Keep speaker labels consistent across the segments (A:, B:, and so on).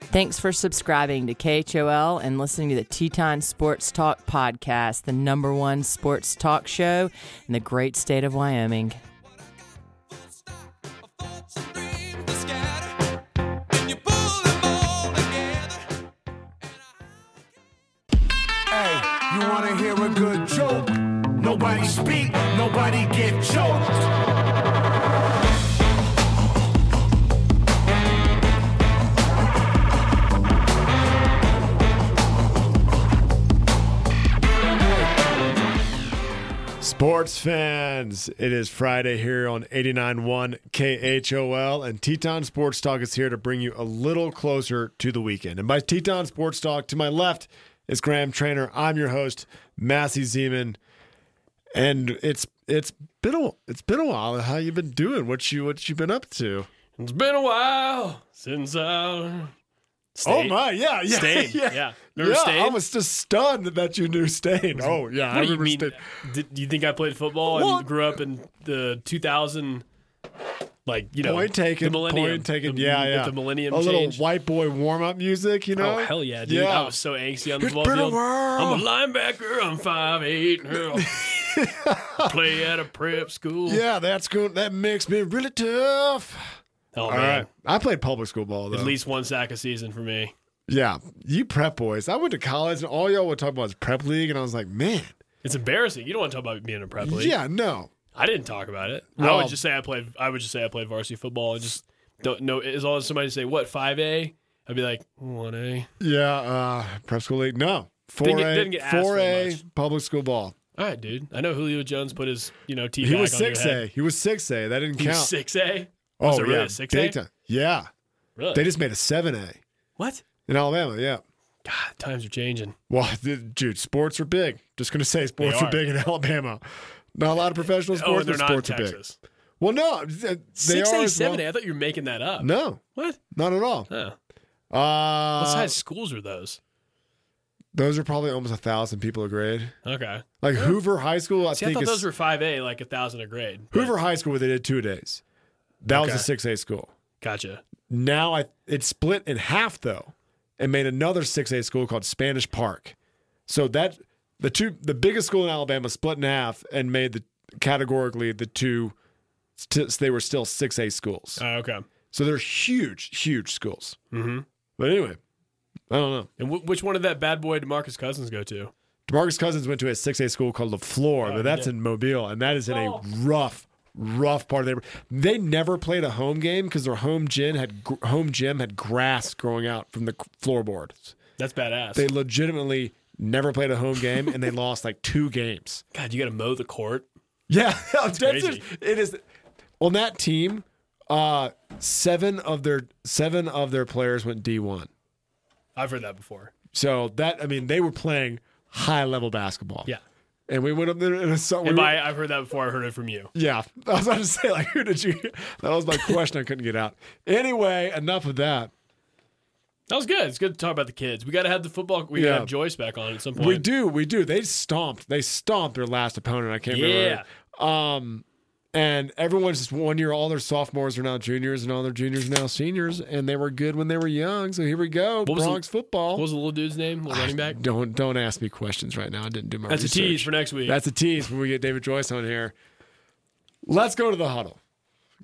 A: Thanks for subscribing to KHOL and listening to the Teton Sports Talk podcast, the number one sports talk show in the great state of Wyoming.
B: Hey, you wanna hear a good joke? Nobody speak, nobody get choked.
C: Sports fans, it is Friday here on 89.1 KHOL, and Teton Sports Talk is here to bring you a little closer to the weekend. And by Teton Sports Talk, to my left is Graham Trainer. I'm your host, Massey Zeman, and it's it's been a it's been a while. How you been doing? What you what you been up to?
D: It's been a while since I
C: Oh
D: stayed.
C: my, yeah, yeah,
D: Stayed, yeah. Remember
C: yeah. I
D: Stayed?
C: was just stunned that you knew Stain. Oh yeah, I
D: What do you
C: remember
D: mean?
C: Stain.
D: Did, do you think I played football
C: What?
D: and grew up in the 2000? Like you know,
C: point taken.
D: The millennium.
C: Point taken.
D: The-
C: yeah,
D: with
C: yeah.
D: The millennium
C: A little
D: change.
C: white boy warm up music, you know?
D: Oh hell yeah, dude!
C: Yeah.
D: I was so angsty on the
C: It's
D: ball
C: been a
D: field. I'm a
C: while.
D: linebacker. I'm five eight. Play at a prep school.
C: yeah, that's good. That makes me really tough.
D: Oh
C: All
D: man,
C: right. I played public school ball though.
D: at least one sack a season for me.
C: Yeah. You prep boys. I went to college and all y'all would talk about is prep league and I was like, man.
D: It's embarrassing. You don't want to talk about being a prep league.
C: Yeah, no.
D: I didn't talk about it. I
C: Well-
D: would just say I played. I would just say I played varsity football and just don't know. As long as somebody say what five A, I'd be like one A.
C: Yeah, uh prep school league. No. Four
D: Didn't get-
C: A
D: didn't get asked
C: four
D: very
C: A
D: much.
C: public school ball.
D: All right, dude. I know Julio Jones put his you know T.
C: He was six A. He was six A. That didn't
D: He
C: count.
D: was six A.
C: Oh
D: was it really
C: yeah.
D: a 6A?
C: Big time. Yeah.
D: Really?
C: They just made a seven A
D: what?
C: in Alabama, yeah.
D: God, times are changing.
C: Well, the, dude, sports are big. Just gonna say, sports
D: They
C: are.
D: are.
C: big in Alabama. Not a lot of professional
D: oh,
C: sports,
D: and they're
C: but
D: not in
C: sports are big.
D: Texas.
C: Well, no, th- they
D: Six
C: are
D: A,
C: as
D: seven A.
C: well.
D: I thought you were making that up.
C: No,
D: What?
C: not at all.
D: Huh. What
C: Uh,
D: size schools are those?
C: those are probably almost a thousand people a grade.
D: Okay.
C: Like Hoover High School, I
D: See, I,
C: think
D: thought
C: is
D: those were five A, like a thousand a grade. but-
C: Hoover High School. where They did two days. That was a
D: Okay.
C: six A school.
D: Gotcha.
C: Now I it split in half though, and made another six A school called Spanish Park. So that the two the biggest school in Alabama split in half and made the categorically the two. St- they were still six A schools.
D: Oh, okay.
C: So they're huge, huge schools.
D: Mm-hmm.
C: But anyway, I don't know.
D: And w- which one did that bad boy Demarcus Cousins go to?
C: Demarcus Cousins went to a 6A school called LaFleur,
D: Oh,
C: but that's in Mobile, and that is in a rough, rough part of the neighborhood. They never played a home game because their home gym had gr- home gym had grass growing out from the c- floorboards.
D: That's badass.
C: They legitimately never played a home game, and they lost like two games.
D: God, you got to mow the court.
C: Yeah, that's
D: crazy.
C: it. It is on that team. Uh, seven of their seven of their players went D one.
D: I've heard that before.
C: So that I mean, they were playing high level basketball.
D: Yeah.
C: and we went up there in a so- we
D: And
C: were-
D: by I've heard that before, I heard it from you.
C: yeah. I was about to say like, who did you? That was my question. I couldn't get out. Anyway, enough of that.
D: That was good. It's good to talk about the kids. We got to have the football. We got
C: Yeah.
D: to have Joyce back on at some point.
C: We do, we do. They stomped. They stomped their last opponent. I can't
D: Yeah.
C: remember. Um, and everyone's just one year. All their sophomores are now juniors, and all their juniors are now seniors. And they were good when they were young. So here we go.
D: was the-
C: Bronx football.
D: What was the little dude's name? The running back.
C: Don't don't ask me questions right now. I didn't do my.
D: That's a
C: research.
D: tease for next week.
C: That's a tease when we get David Joyce on here. Let's go to the huddle.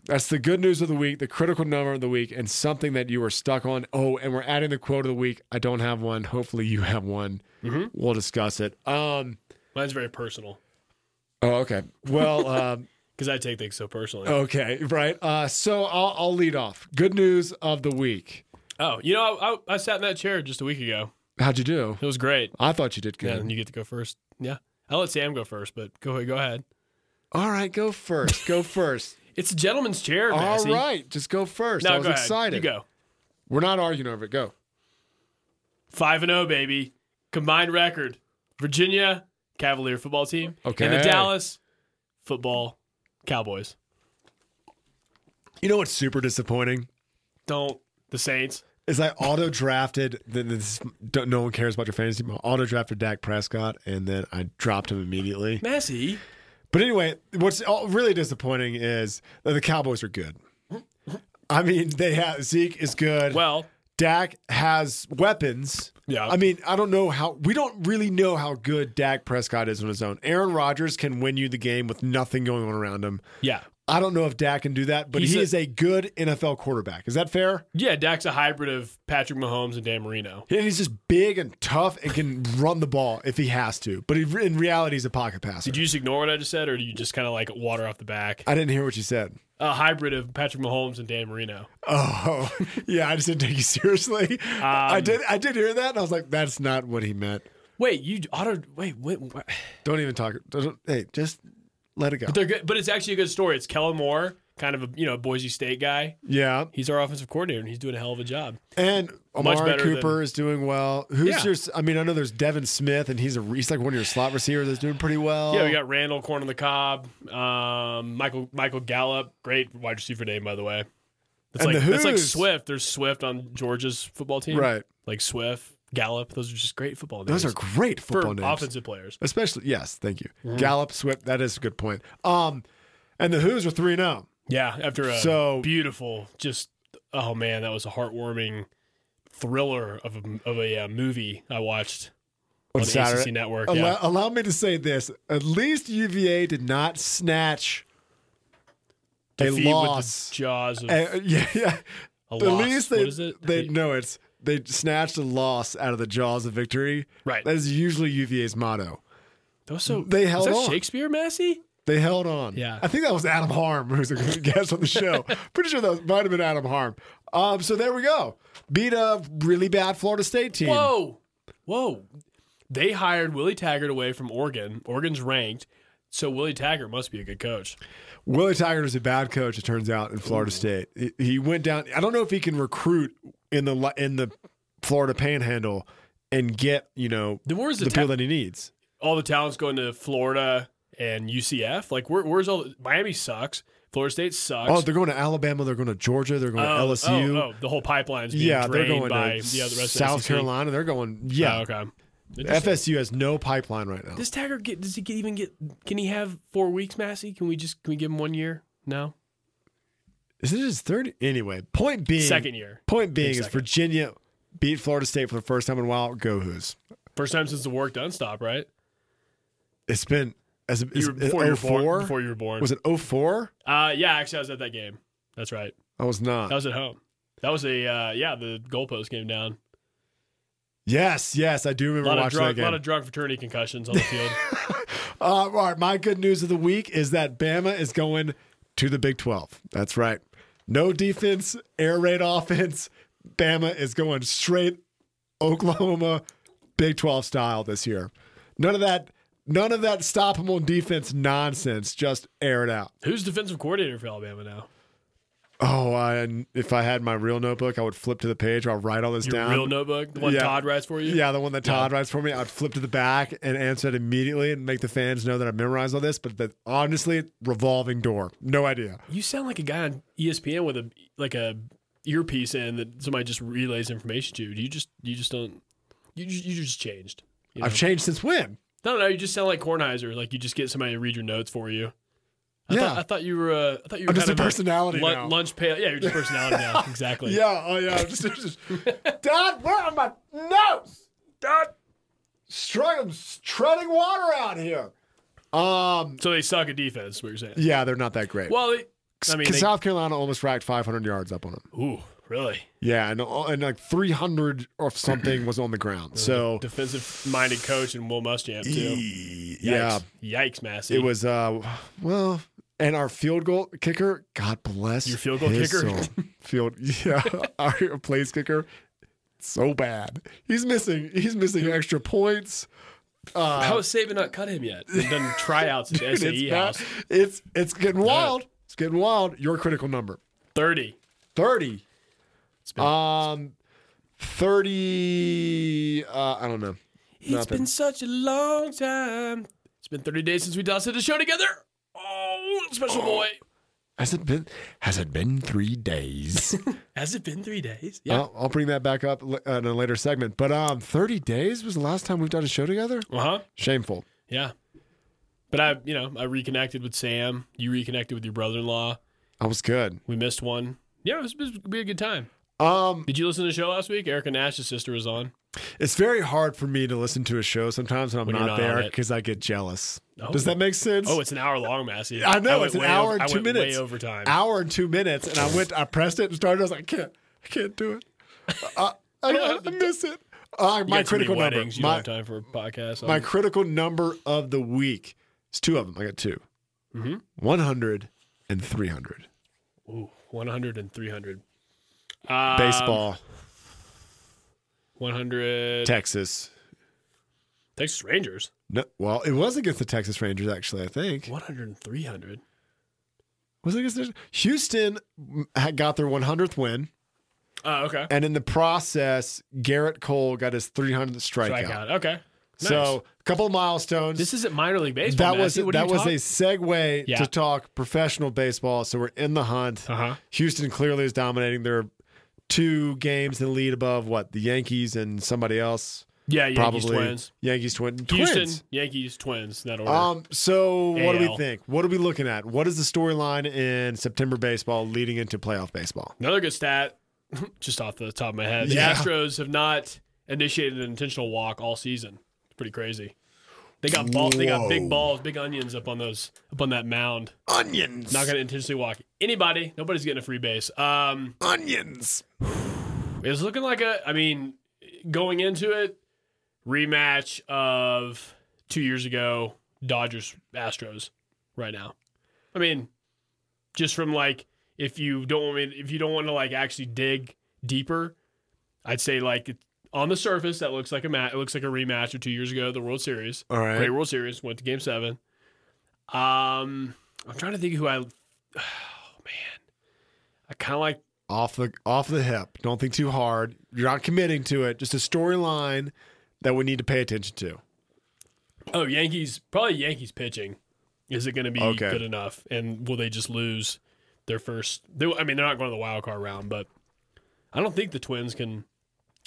C: That's the good news of the week, the critical number of the week, and something that you were stuck on. Oh, and we're adding the quote of the week. I don't have one. Hopefully, you have one.
D: Mm-hmm.
C: We'll discuss it. Um.
D: Mine's very personal
C: Oh, okay. Well, um,
D: because I take things so personally. Oh,
C: okay, right. Uh, so I'll, I'll lead off. Good news of the week.
D: Oh, you know, I, I, I sat in that chair just a week ago.
C: How'd you do?
D: It was great.
C: I thought you did good.
D: Yeah, and you get to go first. Yeah, I'll let Sam go first, but go ahead. Go ahead.
C: All right, go first. Go first.
D: It's a gentleman's chair.
C: All
D: Massey.
C: right, just go first.
D: No,
C: I was
D: go ahead.
C: excited.
D: You go.
C: We're not arguing over it. Go.
D: Five and zero, baby. Combined record: Virginia Cavalier football team and the
C: Okay.
D: Dallas football Cowboys.
C: You know what's super disappointing
D: Don't the Saints?
C: is I auto drafted. This don't, no one cares about your fantasy. I auto drafted Dak Prescott, and then I dropped him immediately.
D: Massey.
C: But anyway, what's all- really disappointing is that the Cowboys are good. I mean, they have Zeke is good.
D: Well,
C: Dak has weapons.
D: Yeah.
C: I mean, I don't know how we don't really know how good Dak Prescott is on his own. Aaron Rodgers can win you the game with nothing going on around him.
D: yeah.
C: I don't know if Dak can do that, but
D: He's
C: he
D: a-
C: is a good NFL quarterback. Is that fair?
D: Yeah, Dak's a hybrid of Patrick Mahomes and Dan Marino.
C: And he's just big and tough and can run the ball if he has to. But he, in reality, he's a pocket passer.
D: Did you just ignore what I just said, or do you just kind of like water off the back?
C: I didn't hear what you said.
D: A hybrid of Patrick Mahomes and Dan Marino.
C: Oh, yeah. I just didn't take you seriously.
D: Um,
C: I did. I did hear that, and I was like, "That's not what he meant."
D: Wait, you auto. Wait, wait, wait.
C: Don't even talk. don't- hey, just let it go.
D: They're good, but it's actually a good story. It's Kellen Moore, kind of a you know Boise State guy.
C: Yeah,
D: He's our offensive coordinator, and he's doing a hell of a job.
C: and
D: Much
C: Amari
D: better
C: Cooper
D: than-
C: is doing well. Who's
D: Yeah.
C: your? I mean, I know there's Devin Smith, and he's a he's like one of your slot receivers that's doing pretty well.
D: Yeah, we got Randall Corn on the Cob, um, Michael Michael Gallup, great wide receiver name by the way. That's
C: And
D: like
C: the
D: that's like
C: Who's.
D: Swift. There's Swift on Georgia's football team,
C: Right.
D: Like Swift, Gallup. Those are just great football names.
C: Those are great
D: for
C: football names,
D: offensive players.
C: especially. Yes, thank you. Gallup, Swift. That is a good point. Um, and the Who's are three and oh zero.
D: Yeah, after a
C: So-
D: beautiful, just oh man, that was a heartwarming thriller of a, of a uh, movie I watched on, the ACC Network.
C: Allow,
D: yeah.
C: allow me to say this: at least UVA did not snatch a
D: Defeat with the
C: loss.
D: jaws of
C: Uh, yeah, yeah.
D: a
C: At
D: loss.
C: least they
D: What is it?
C: they
D: Defeat-
C: know it's they snatched a loss out of the jaws of victory.
D: Right.
C: That is usually UVA's motto.
D: that was so
C: they held
D: was that
C: on.
D: Shakespeare Massey.
C: They held on.
D: Yeah.
C: I think that was Adam Harm, who's a good guest on the show. Pretty sure that might have been Adam Harm. Um, so there we go. Beat a really bad Florida State team.
D: Whoa, whoa! They hired Willie Taggart away from Oregon. Oregon's ranked, so Willie Taggart must be a good coach.
C: Willie Taggart is a bad coach, it turns out, in Florida State. He- He went down. I don't know if he can recruit in the li- in the Florida Panhandle and get you know
D: Then where's the,
C: the people
D: ta-
C: that he needs.
D: all the talents going to Florida and UCF? Like where, where's all the- Miami sucks. Florida State sucks.
C: Oh, they're going to Alabama. They're going to Georgia. They're going
D: Oh,
C: to LSU.
D: Oh, oh, the whole pipeline's being
C: yeah, they're
D: drained
C: going
D: by
C: to
D: the other rest
C: South
D: of the SEC.
C: Carolina. They're going.
D: Oh,
C: Yeah,
D: okay. Interesting.
C: FSU has no pipeline right now.
D: Does Taggart get? Does he get, even get? Can he have four weeks, Massey? Can we just? Can we give him one year? No,
C: Isn't it his third? Anyway, point being,
D: second year.
C: point being
D: Big
C: is
D: second.
C: Virginia beat Florida State for the first time in a while. Go Who's?
D: First time since the work done stop. Right?
C: It's been as
D: You
C: is,
D: were- before you were born.
C: 04?
D: Before you were born.
C: Was it 04?
D: Uh, yeah, actually, I was at that game. That's right.
C: I was not.
D: That was at home. That was a uh, yeah. The goalpost came down.
C: yes, yes, I do
D: A
C: remember
D: lot of
C: watching
D: drunk,
C: that
D: lot
C: game.
D: of drunk fraternity concussions on the field.
C: Uh, all right, my good news of the week is that Bama is going to the Big 12. That's right. No defense, air raid offense. Bama is going straight Oklahoma Big 12 style this year. None of that none of that stop 'em on defense nonsense. Just air it out.
D: Who's defensive coordinator for Alabama now?
C: Oh, I, if I had my real notebook, I would flip to the page where I'll write all this
D: Your
C: down.
D: real notebook, the one
C: Yeah.
D: Todd writes for you.
C: Yeah, the one that Todd writes for me. I'd flip to the back and answer it immediately and make the fans know that I memorized all this. But that honestly, revolving door. No idea.
D: You sound like a guy on E ESPN with a like a earpiece in that somebody just relays information to you. You just you just don't you just, you just changed. You know?
C: I've changed since when?
D: no, no, you just sound like Kornheiser. Like you just get somebody to read your notes for you. I
C: Yeah.
D: thought, I thought you were. Uh, I thought you were
C: I'm just
D: kind
C: a
D: of
C: personality
D: lun-
C: now.
D: Lunch pail. Yeah, you're just a personality now. Exactly.
C: Yeah, oh yeah. Just, just, Todd, where are my nose? Todd, struggling, treading water out here. Um,
D: So they suck at defense. Is what you're saying?
C: yeah, they're not that great.
D: Well, they, I mean,
C: 'Cause
D: they,
C: South Carolina almost racked 500 yards up on them.
D: ooh, really?
C: Yeah, and, uh, and like 300 or something was on the ground. So
D: Defensive-minded coach and Will Muschamp too.
C: e, yeah,
D: Yikes. Yikes, Massey.
C: It was uh well, and our field goal kicker, God bless
D: Your field goal
C: his
D: kicker?
C: soul. Field, yeah, our place kicker, so bad. He's missing. He's missing extra points. Uh,
D: How is Saban not cut him yet? He's done tryouts at the
C: Dude,
D: SAE
C: it's,
D: house.
C: bad. it's it's getting wild. It's getting wild. Your critical number,
D: Thirty.
C: thirty.
D: been-
C: um, thirty. Uh, I don't know.
D: It's been such a long time. It's been thirty days since we dusted the show together. Oh, special boy.
C: Has it been? Has it been three days?
D: Has it been three days? Yeah.
C: I'll, I'll bring that back up l- uh, in a later segment. But um, 30 days was the last time we've done a show together.
D: Uh huh.
C: Shameful.
D: Yeah. But I, you know, I reconnected with Sam. You reconnected with your brother-in-law.
C: I was good.
D: We missed one. Yeah, it was, it was be a good time.
C: Um,
D: Did you listen to the show last week? Erica Nash's sister was on.
C: it's very hard for me to listen to a show sometimes when I'm
D: When you're
C: not,
D: not on
C: there
D: it.
C: because I get jealous.
D: Oh.
C: Does that make sense?
D: Oh, it's an hour long, Massey.
C: I know
D: went
C: it's an
D: way
C: hour
D: over-
C: and
D: I
C: two
D: went
C: minutes.
D: Way over time.
C: Hour and two minutes, and I went. I pressed it and started. I was like, I can't, I can't do it. Uh, I, I, I miss it. Uh, my
D: You got too many
C: critical number.
D: weddings, You
C: My,
D: don't have time for a podcast.
C: my
D: Um,
C: critical number of the week. It's two of them. I got 2
D: Mhm.
C: 100 and 300.
D: ooh, 100 and 300. Um,
C: Baseball,
D: 100.
C: Texas.
D: Texas Rangers.
C: No, well, it was against the Texas Rangers, actually. I think
D: 100 and 300.
C: was it against the, Houston had got their 100th win,
D: Oh, okay.
C: and in the process, Garrett Cole got his 300th strikeout.
D: Strikeout. Okay. Nice.
C: So a couple of milestones.
D: this isn't minor league baseball.
C: that was
D: Massey. What are
C: that
D: you
C: was
D: talking-
C: a segue
D: Yeah.
C: to talk professional baseball. So we're in the hunt.
D: Uh-huh.
C: Houston clearly is dominating. They're two games in the lead above what the Yankees and somebody else.
D: Yeah, Yankees
C: probably
D: Twins.
C: Yankees twin, twins.
D: Houston, Yankees, Twins. in That order.
C: Um. So what do we
D: AL.
C: think? What are we looking at? What is the storyline in September baseball leading into playoff baseball?
D: Another good stat, just off the top of my head. The
C: Yeah.
D: Astros have not initiated an intentional walk all season. It's pretty crazy. They got ball, they got
C: Whoa.
D: big balls, big onions up on those up on that mound.
C: Onions.
D: Not going to intentionally walk anybody. Nobody's getting a free base. Um,
C: Onions.
D: it's looking like a. I mean, going into it, rematch of two years ago, Dodgers Astros. Right now, I mean, just from like if you don't want me, if you don't want to like actually dig deeper, I'd say like it- on the surface that looks like a mat. It looks like a rematch of two years ago, the World Series.
C: All right.
D: Great World Series went to Game Seven. Um, I'm trying to think who I. Oh man, I kind of like
C: Off the off the hip. Don't think too hard. You're not committing to it. Just a storyline that we need to pay attention to.
D: Oh, Yankees, probably Yankees pitching. Is it going to be
C: Okay.
D: good enough? And will they just lose their first? They, I mean, they're not going to the wild card round, but I don't think the Twins can.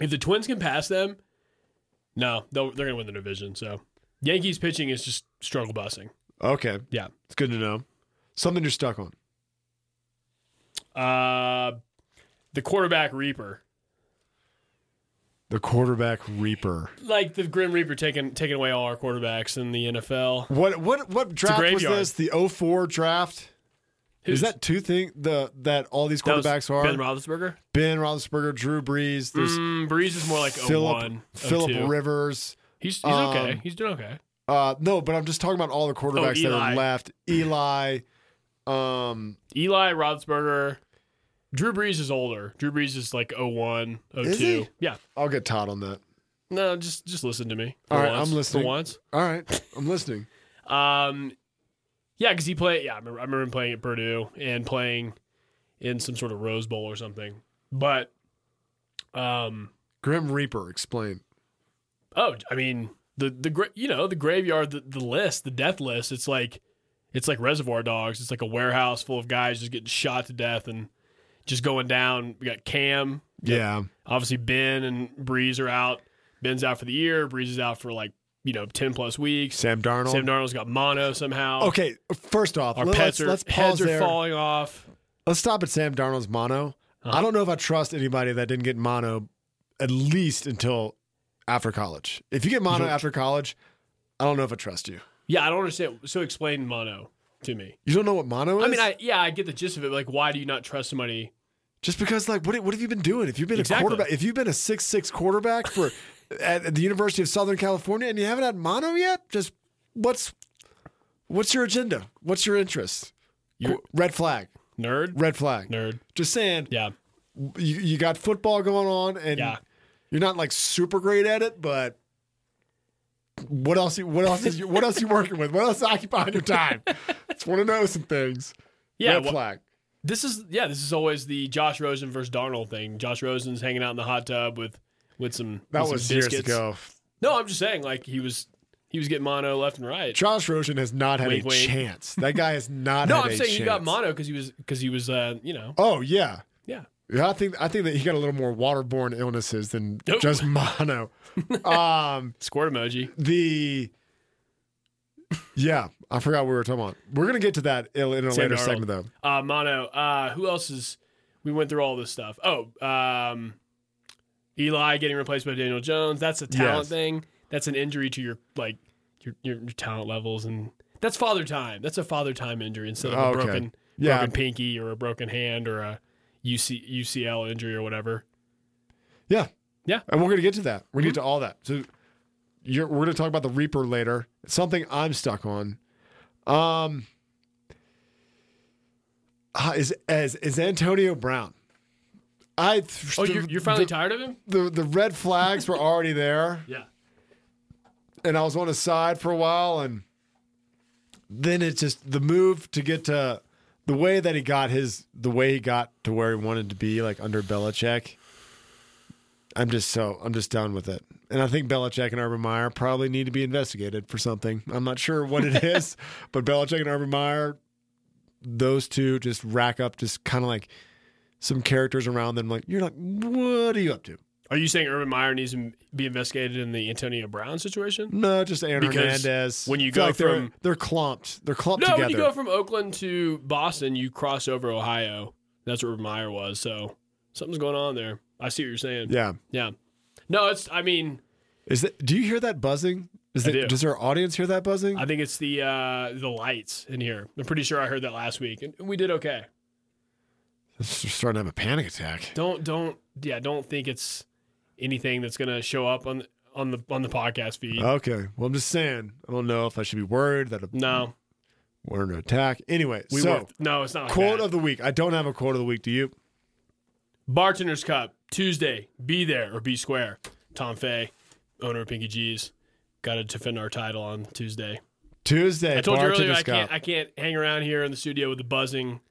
D: If the Twins can pass them, no, they'll, they're going to win the division. So Yankees pitching is just struggle busing.
C: Okay.
D: Yeah.
C: It's good to know. Something you're stuck on.
D: Uh, the quarterback Reaper,
C: The quarterback reaper.
D: like the Grim Reaper, taking taking away all our quarterbacks in the NFL.
C: What what what draft was
D: graveyard.
C: this? The 04 draft.
D: Who's-
C: Is that two thing the that all these
D: that was
C: quarterbacks are
D: Ben Roethlisberger?
C: Ben Roethlisberger, Drew Brees. There's
D: Mm, Breeze is more like
C: Philip
D: 01,
C: Philip
D: 02.
C: Rivers.
D: He's he's okay.
C: um,
D: He's doing okay.
C: Uh, no, but I'm just talking about all the quarterbacks that
D: Eli.
C: are left. Eli. Um,
D: Eli Roethlisberger. Drew Brees is older. Drew Brees is like 01, 02.
C: Is he?
D: Yeah.
C: I'll get Todd on that.
D: No, just just listen to me. for
C: All right,
D: once-
C: I'm listening.
D: For once.
C: All right, I'm listening.
D: Um, yeah, because he played. Yeah, I remember, I remember him playing at Purdue and playing in some sort of Rose Bowl or something. But, um,
C: Grim Reaper, explain.
D: oh, I mean the the gra- you know the graveyard, the, the list, the death list. It's like it's like Reservoir Dogs. It's like a warehouse full of guys just getting shot to death and just going down. We got Cam,
C: Yeah,
D: Obviously, Ben and Breeze are out. Ben's out for the year. Breeze is out for like you know ten plus weeks. Sam,
C: Sam Darnold.
D: Darnold's got mono somehow.
C: okay, first off,
D: our
C: let-
D: pets
C: let's,
D: are
C: let's pause
D: heads are
C: there.
D: falling off.
C: Let's stop at Sam Darnold's mono.
D: Uh-huh.
C: I don't know if I trust anybody that didn't get mono at least until after college. If you get mono
D: don't-
C: after college, I don't know if I trust you.
D: Yeah, I don't understand. So explain mono to me.
C: You don't know what mono is?
D: I mean, I yeah, I get the gist of it. but, Like, why do you not trust somebody?
C: just because like what what have you been doing? If you've been
D: Exactly.
C: a quarterback, if you've been a six six quarterback for at, at the University of Southern California and you haven't had mono yet, just what's what's your agenda? What's your interest?
D: You're-
C: red flag.
D: Nerd,
C: Red flag.
D: nerd.
C: Just saying,
D: Yeah,
C: you, you got football going on and
D: Yeah.
C: you're not like super great at it, but what else you what else is you, what else you working with? What else is occupying your time? Just want to know some things.
D: yeah.
C: Red
D: wha-
C: flag.
D: this is yeah. This is always the Josh Rosen versus Darnold thing. Josh Rosen's hanging out in the hot tub with with some
C: That
D: with some
C: was years
D: biscuits.
C: ago.
D: No, I'm just saying like he was he was getting mono left and right.
C: Josh Rosen has not had
D: Wink,
C: a
D: wink.
C: chance. That guy has not.
D: No,
C: had
D: I'm
C: a
D: saying
C: chance.
D: he got mono because he was because he was uh you know
C: Oh yeah,
D: yeah
C: yeah. I think I think that he got a little more waterborne illnesses than
D: Nope.
C: just mono. um,
D: squirt emoji.
C: the yeah, I forgot what we were talking about. We're gonna get to that in in a
D: Sam
C: later
D: Darnold.
C: segment though.
D: Uh, mono. Uh, who else is We went through all this stuff. Oh, um, Eli getting replaced by Daniel Jones. That's a talent
C: Yes.
D: thing. That's an injury to your like your, your your talent levels, and that's father time. That's a father time injury instead of a
C: Okay.
D: broken
C: Yeah.
D: broken pinky or a broken hand or a UC, UCL injury or whatever.
C: Yeah.
D: Yeah. Mm-hmm.
C: And we're going to get to that. We're going to get to all that. So you're, we're going to talk about the Reaper later. It's something I'm stuck on. Um, uh, is, is, is Antonio Brown. I
D: Oh, you're, you're finally
C: the,
D: tired of him?
C: the, the red flags were already there
D: Yeah.
C: and I was on his side for a while and then it's just the move to get to the way that he got his the way he got to where he wanted to be like under Belichick. I'm just so I'm just done with it. And I think Belichick and Urban Meyer probably need to be investigated for something. I'm not sure what it is, but Belichick and Urban Meyer, those two just rack up just kind of like some characters around them. Like you're like, what are you up to?
D: Are you saying Urban Meyer needs to be investigated in the Antonio Brown situation?
C: No, just Aaron
D: Because
C: Hernandez.
D: when you
C: Feel
D: go
C: like they're-
D: from-
C: they're, clumped, they're clumped
D: No,
C: together.
D: when you go from Oakland to Boston, you cross over Ohio. That's where Meyer was. So something's going on there. I see what you're saying.
C: Yeah.
D: Yeah. No, it's. I mean,
C: Is that? Do you hear that buzzing? Is
D: I
C: that?
D: do.
C: Does our audience hear that buzzing?
D: I think it's the uh the lights in here. I'm pretty sure I heard that last week, and we did okay.
C: I'm starting to have a panic attack.
D: Don't don't yeah. Don't think it's anything that's gonna show up on on the on the podcast feed.
C: Okay. Well, I'm just saying. I don't know if I should be worried that a-
D: no,
C: we're under attack. Anyway,
D: we
C: so
D: were, no, it's not. Like
C: quote
D: that.
C: of the week. I don't have a quote of the week. Do you?
D: Bartender's Cup, Tuesday. Be there or be square. Tom Fay, owner of Pinky G's, got to defend our title on Tuesday.
C: Tuesday.
D: I told you
C: Bartender
D: earlier I
C: Scott.
D: can't I can't hang around here in the studio with the buzzing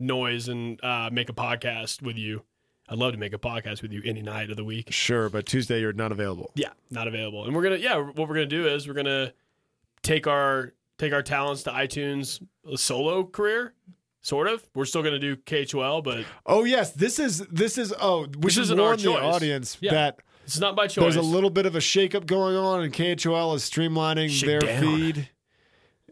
D: noise and uh, make a podcast with you. I'd love to make a podcast with you any night of the week.
C: Sure, but Tuesday you're not available.
D: Yeah, not available. And we're gonna yeah, what we're gonna do is we're gonna take our take our talents to iTunes a solo career, sort of. We're still gonna do KHOL, but
C: Oh yes, this is this is oh we
D: This
C: should
D: isn't our
C: warn the
D: choice.
C: audience
D: Yeah.
C: that
D: it's not by choice.
C: There's a little bit of a shakeup going on, and KHOL is streamlining
D: Shake
C: their
D: down.
C: feed,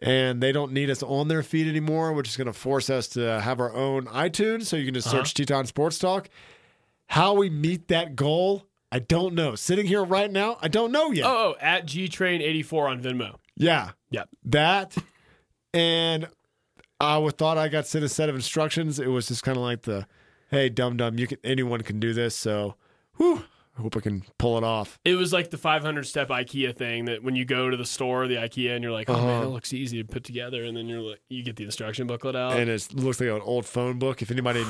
C: and they don't need us on their feed anymore, which is going to force us to have our own iTunes. So you can just
D: Uh-huh.
C: search Teton Sports Talk. How we meet that goal, I don't know. Sitting here right now, I don't know yet.
D: oh, oh, at G Train eighty four on Venmo.
C: Yeah,
D: Yep.
C: that, and I would thought I got sent a set of instructions. It was just kind of like the, hey, dum dum, you can anyone can do this. So, whew, I hope I can pull it off.
D: It was like the 500 step IKEA thing that when you go to the store, the IKEA, and you're like, oh
C: Uh-huh.
D: man, it looks easy to put together, and then you're like, you get the instruction booklet out.
C: and it looks like an old phone book. If anybody,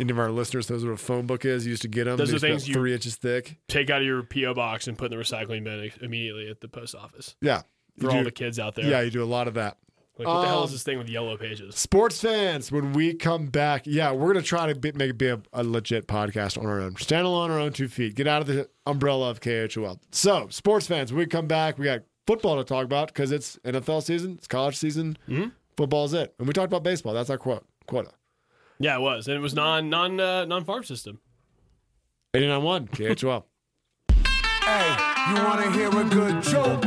C: any of our listeners knows what a phone book is, you used to get them.
D: Those are
C: They're
D: things
C: about
D: you-
C: three inches thick.
D: Take out of your PO box and put in the recycling bin immediately at the post office
C: Yeah,
D: for
C: You
D: all
C: do-
D: the kids out there.
C: yeah, you do a lot of that.
D: Like, what the hell is
C: Um,
D: this thing with yellow pages?
C: Sports fans, when we come back, yeah, we're gonna try to be, make it be a, a legit podcast on our own. Stand on our own two feet. Get out of the umbrella of KHOL. So, sports fans, when we come back, we got football to talk about because it's NFL season, it's college season.
D: Mm-hmm.
C: Football's it, and we talked about baseball. That's our quote quota.
D: Yeah, it was, and it was non non uh, non farm system.
C: Eighty nine one KHOL.
B: Hey, you wanna hear a good joke?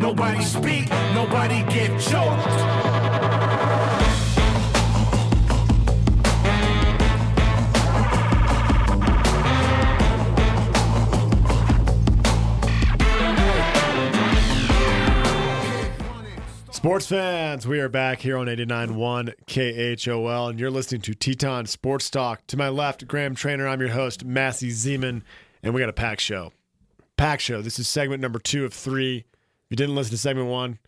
B: Nobody speak, nobody get choked.
C: Sports fans, we are back here on 89.1 KHOL, and you're listening to Teton Sports Talk. To my left, Graham Trainer. I'm your host, Massey Zeman, and we got a pack show. Pack show. This is segment number two of three. If you didn't listen to segment one,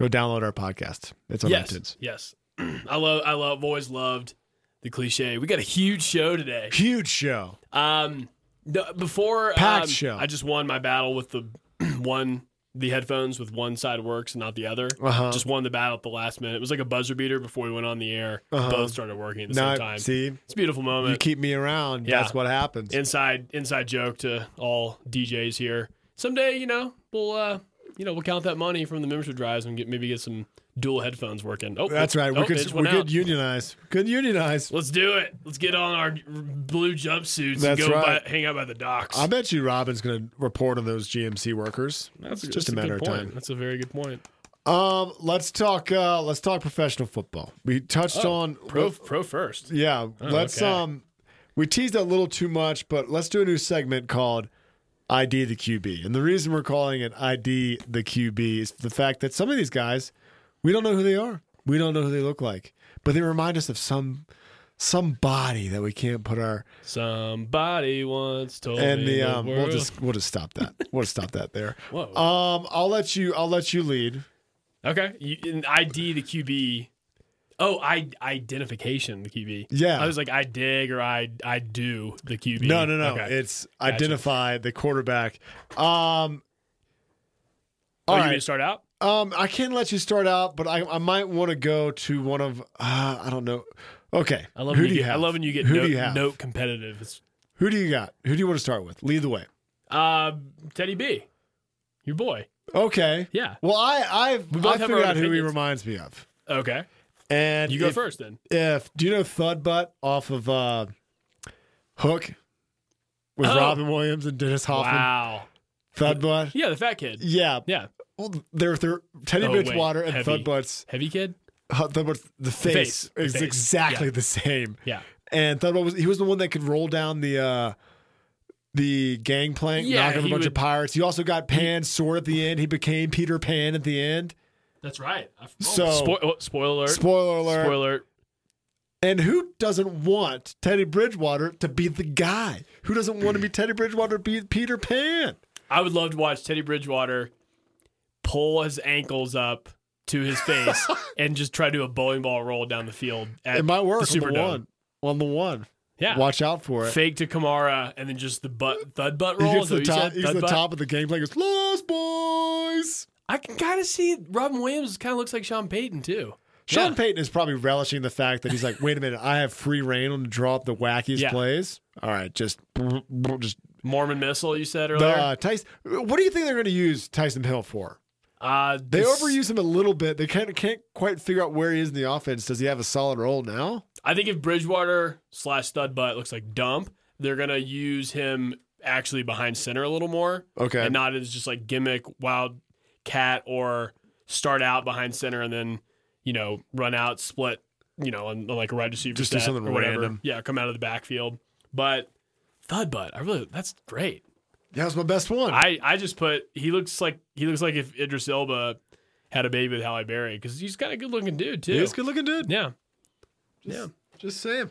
C: go download our podcast. It's on
D: Yes,
C: iTunes.
D: yes. I love I love always loved the cliche. We got a huge show today.
C: Huge show.
D: Um, the, before
C: Packed
D: um,
C: show.
D: I just won my battle with the one the headphones with one side works and not the other.
C: Uh-huh.
D: Just won the battle at the last minute. It was like a buzzer beater before we went on the air.
C: Uh-huh.
D: Both started working at the
C: Now,
D: same time.
C: see,
D: it's a beautiful
C: you
D: moment.
C: keep me around.
D: Yeah.
C: That's what happens.
D: inside inside joke to all DJs here. Someday, you know, we'll uh, you know we'll count that money from the membership drives and get maybe get some dual headphones working. Oh,
C: That's right.
D: oh,
C: We
D: they
C: could
D: just
C: we
D: went out.
C: could unionize. Could unionize.
D: Let's do it. Let's get on our blue jumpsuits
C: That's
D: and go
C: right.
D: by, hang out by the docks.
C: I bet you Robin's going to report on those GMC workers. it's just a
D: good
C: matter of
D: point.
C: time.
D: That's a very good point.
C: Um, let's talk. Uh, let's talk professional football. We touched on
D: Pro, pro first.
C: Yeah, let's
D: Oh, okay.
C: um, we teased a little too much, but let's do a new segment called ID the QB. And the reason we're calling it ID the QB is the fact that some of these guys, we don't know who they are. We don't know who they look like. But they remind us of some somebody that we can't put our
D: Somebody once told
C: and the
D: me the
C: um we'll
D: world-
C: just we'll just stop that. We'll just stop that there.
D: Whoa.
C: Um I'll let you I'll let you lead.
D: Okay. You, and ID the QB. Oh, I identification the QB.
C: Yeah.
D: I was like, I dig or I I do the QB.
C: No, no, no.
D: Okay.
C: It's identify the quarterback. Um
D: oh,
C: all
D: you
C: right.
D: want me to start out?
C: Um, I can let you start out, but I, I might want to go to one of uh, I don't know. Okay,
D: I love
C: who
D: when
C: do
D: you
C: you
D: get,
C: have?
D: I love when you get
C: who
D: note,
C: do you have?
D: note competitive. It's,
C: Who do you got? Who do you want to start with? Lead the way.
D: uh, Teddy B, your boy.
C: Okay.
D: Yeah.
C: Well, I I've
D: We both
C: I
D: have our
C: figured
D: own
C: out who he
D: opinions.
C: reminds me of.
D: Okay.
C: And
D: You go
C: if,
D: first then.
C: If do you know Thudbutt off of uh, Hook with
D: Oh.
C: Robin Williams and Dennis Hoffman?
D: Wow.
C: Thudbutt.
D: Yeah, the fat kid.
C: Yeah.
D: Yeah.
C: Well, they're they're Teddy
D: Oh, wait,
C: Bridgewater and
D: heavy.
C: Thudbutt's
D: Heavy kid?
C: Thudbutt's the face,
D: face, the
C: is
D: face.
C: exactly
D: Yeah.
C: the same.
D: Yeah.
C: and Thudbo was he was the one that could roll down the uh the gangplank,
D: Yeah,
C: knock up a
D: he
C: bunch of
D: would-
C: pirates. He also got Pan's sword at the end. He became Peter Pan at the end.
D: That's right. I- oh,
C: So-
D: Spoil- oh, spoiler alert.
C: Spoiler alert.
D: Spoiler alert.
C: And who doesn't want Teddy Bridgewater to be the guy? Who doesn't want to be Teddy Bridgewater to be Peter Pan?
D: I would love to watch Teddy Bridgewater pull his ankles up to his face and just try to do a bowling ball roll down the field. At
C: It might work on
D: The
C: the
D: Superdome.
C: one. On the one.
D: Yeah.
C: Watch out for it.
D: Fake to Kamara and then just the butt thud butt
C: he
D: roll.
C: gets
D: is
C: to the
D: that what
C: top.
D: you said?
C: He's
D: Thud
C: the
D: butt?
C: top of the gangplank. It's Lost Boys.
D: I can kind of see Robin Williams kind of looks like Sean Payton too.
C: Sean
D: Yeah.
C: Payton is probably relishing the fact that he's like, wait a minute, I have free reign on to draw up the wackiest
D: Yeah.
C: plays. All right, just just
D: Mormon missile you said
C: the
D: earlier.
C: uh, Tyson. What do you think they're going to use Tyson Hill for?
D: uh,
C: They
D: this-
C: overuse him a little bit. They kind of can't quite figure out where he is in the offense. Does he have a solid role now?
D: I think if Bridgewater slash stud butt looks like dump, they're gonna use him actually behind center a little more.
C: Okay.
D: And not as just like gimmick wild cat or start out behind center and then, you know, run out, split, you know, on, on like a right receiver.
C: Just do
D: set
C: something
D: or whatever.
C: random.
D: Yeah, come out of the backfield. But thud butt, I really that's great.
C: That was my best one.
D: I, I just put he looks like he looks like if Idris Elba had a baby with Halle Berry because he's kind of good looking dude too.
C: he is good looking dude.
D: Yeah. yeah.
C: Just saying.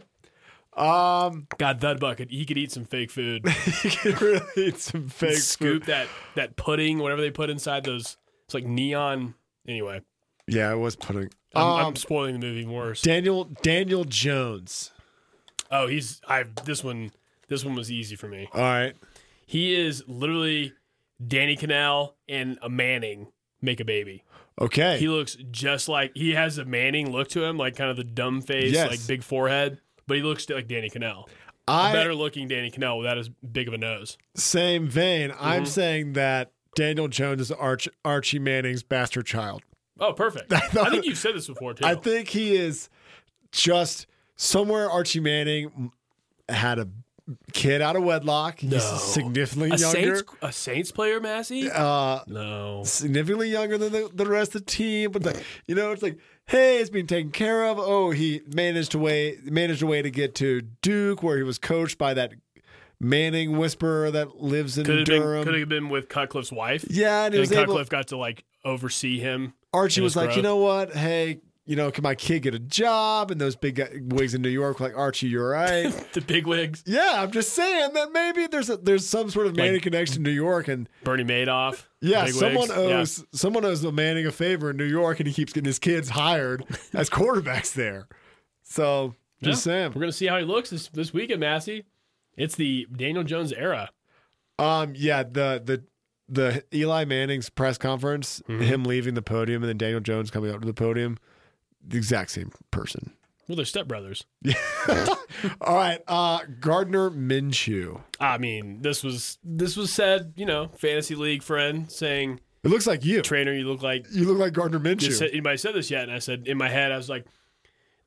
C: Um,
D: God, Thud Bucket, he could eat some fake food.
C: he can really eat some fake food.
D: Scoop that that pudding, whatever they put inside those. It's like neon. Anyway,
C: Yeah, I was putting
D: I'm,
C: um,
D: I'm spoiling the movie worse.
C: Daniel Daniel Jones.
D: oh, he's I this one. This one was easy for me.
C: All right,
D: He is literally Danny Canal and a Manning make a baby.
C: okay.
D: He looks just like he has a Manning look to him, like kind of the dumb face,
C: Yes.
D: like big forehead. But he looks like Danny Canal.
C: I
D: Better looking Danny Canal without as big of a nose.
C: same vein.
D: Mm-hmm.
C: I'm saying that Daniel Jones is Arch, Archie Manning's bastard child.
D: Oh, perfect. I, think you've said this before too.
C: I think he is just somewhere Archie Manning had a kid out of wedlock.
D: No.
C: He's significantly
D: a
C: younger.
D: Saints a Saints player, Massey.
C: Uh,
D: No.
C: significantly younger than the, the rest of the team, but like, you know, it's like, hey, it's being taken care of. Oh, he managed a way managed a way to get to Duke, where he was coached by that Manning whisperer that lives in
D: Could have been
C: Durham.
D: could have been with Cutcliffe's wife.
C: yeah, and he
D: and
C: was able.
D: Cutcliffe got to like oversee him.
C: Archie
D: and
C: was
D: his
C: like, you
D: growth.
C: know what? Hey, you know, can my kid get a job? And those big guy- wigs in New York were like, Archie, you're right.
D: The bigwigs,
C: Yeah, I'm just saying that maybe there's a, there's some sort of Manning
D: Like-
C: connection to New York, and
D: Bernie Madoff.
C: yeah,
D: the bigwigs.
C: someone
D: Yeah.
C: owes someone owes a Manning a favor in New York, and he keeps getting his kids hired as quarterbacks there. So just
D: Yeah. We're
C: saying,
D: gonna see how he looks this, this weekend, Massey. It's the Daniel Jones era.
C: um, yeah, the the the Eli Manning's press conference,
D: Mm-hmm.
C: him leaving the podium, and then Daniel Jones coming up to the podium, the exact same person.
D: Well, they're stepbrothers.
C: All right, uh, Gardner Minshew.
D: I mean, this was this was said, you know, fantasy league friend saying,
C: It looks like you.
D: trainer, you look like
C: You look like Gardner Minshew.
D: Just said, anybody said this yet? And I said in my head, I was like,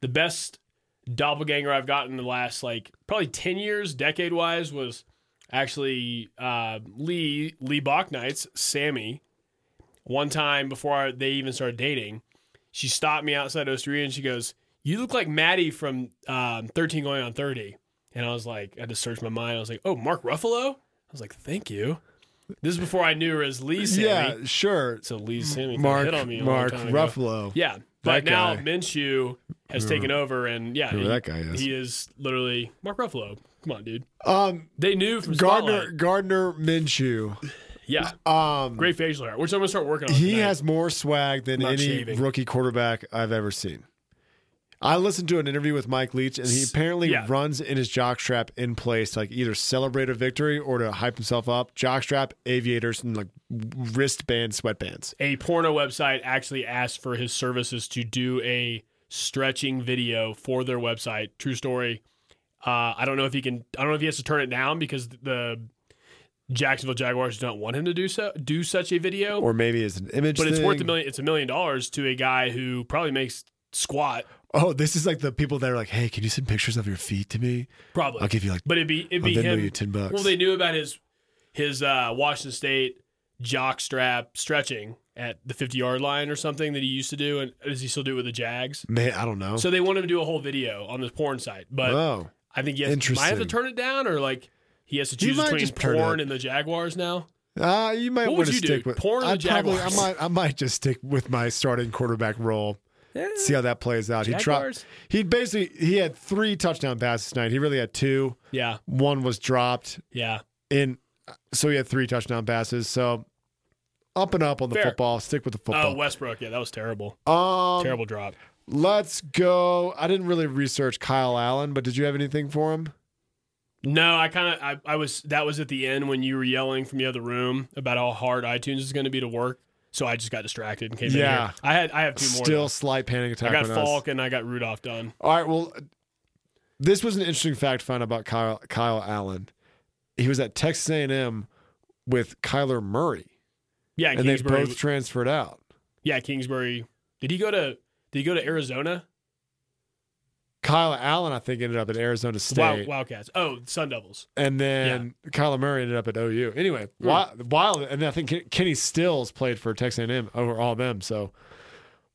D: the best doppelganger I've gotten in the last like probably ten years, decade wise, was actually uh, Lee Lee Bachnight's Sammy. One time before I, they even started dating, she stopped me outside Osteria and she goes, "You look like Maddie from um, Thirteen Going on 30. and I was like, I had to search my mind. I was like, oh, Mark Ruffalo. I was like, thank you. This is before I knew her as Lee Sammy.
C: Yeah, sure.
D: So Lee Sammy kinda
C: Mark
D: hit on me. a long
C: Mark
D: time ago.
C: Ruffalo.
D: Yeah, but
C: That
D: now
C: guy.
D: Minshew has taken over, and yeah,
C: Whoever that guy is.
D: he is literally Mark Ruffalo. Come on, dude.
C: Um,
D: They knew from
C: Gardner
D: Spotlight.
C: Gardner Minshew.
D: Yeah,
C: Um,
D: great facial hair, which I'm gonna start working on.
C: he
D: tonight.
C: has more swag than
D: Not
C: any
D: shaving.
C: rookie quarterback I've ever seen. I listened to an interview with Mike Leach, and he apparently
D: yeah.
C: runs in his jockstrap in place, to, like either celebrate a victory or to hype himself up. Jockstrap, aviators, and like wristband sweatbands.
D: a porno website actually asked for his services to do a stretching video for their website. True story. Uh, I don't know if he can. I don't know if he has to turn it down because the Jacksonville Jaguars don't want him to do so. Do such a video,
C: Or maybe it's an image.
D: but it's
C: thing.
D: worth a million. It's a million dollars to a guy who probably makes squat.
C: Oh, this is like the people that are like, "Hey, can you send pictures of your feet to me?
D: Probably,
C: I'll give you like
D: but it'd be it'd
C: I'll
D: be
C: Venmo
D: him.
C: Oh, you ten bucks."
D: Well, they knew about his his uh, Washington State jock strap stretching at the fifty yard line or something that he used to do, and does he still do it with the Jags?
C: Man, I don't know.
D: So they wanted him to do a whole video on this porn site, but
C: oh,
D: I think he has, might
C: interesting.
D: have to turn it down, or like he has to choose
C: might
D: between
C: just turn
D: porn
C: it-
D: and the Jaguars now.
C: uh, you might
D: What would
C: want to
D: you do?
C: stick with
D: Porn or
C: I
D: the
C: probably, I
D: Jaguars?
C: might, I might just stick with my starting quarterback role. See how that plays out.
D: Jaguars?
C: He dropped. He basically he had three touchdown passes tonight. He really had two.
D: Yeah,
C: One was dropped
D: yeah,
C: in, so he had three touchdown passes. So up and up on the
D: Fair.
C: football. Stick with the
D: oh
C: football.
D: Westbrook, yeah, that was terrible,
C: um,
D: terrible drop.
C: Let's go. I didn't really research Kyle Allen, but did you have anything for him?
D: No, I kind of I, I was that was at the end when you were yelling from the other room about how hard iTunes is going to be to work, so I just got distracted and came in.
C: Yeah.
D: Here. I had I have two more.
C: Still
D: though.
C: slight panic attack.
D: I got
C: on Us.
D: Falk and I got Rudolph done.
C: All right. Well, this was an interesting fact found about Kyle, Kyle Allen. He was at Texas A&M with Kyler Murray,
D: Yeah, and
C: and they
D: Kingsbury.
C: both transferred out.
D: yeah, Kingsbury. Did he go to Did he go to Arizona?
C: Kyle Allen, I think, ended up at Arizona State,
D: Wild, Wildcats. Oh, Sun Devils.
C: and then Kyler Murray ended up at OU. Anyway,
D: Hmm.
C: wild, wild, and I think Ken- Kenny Stills played for Texas A&M over all of them. So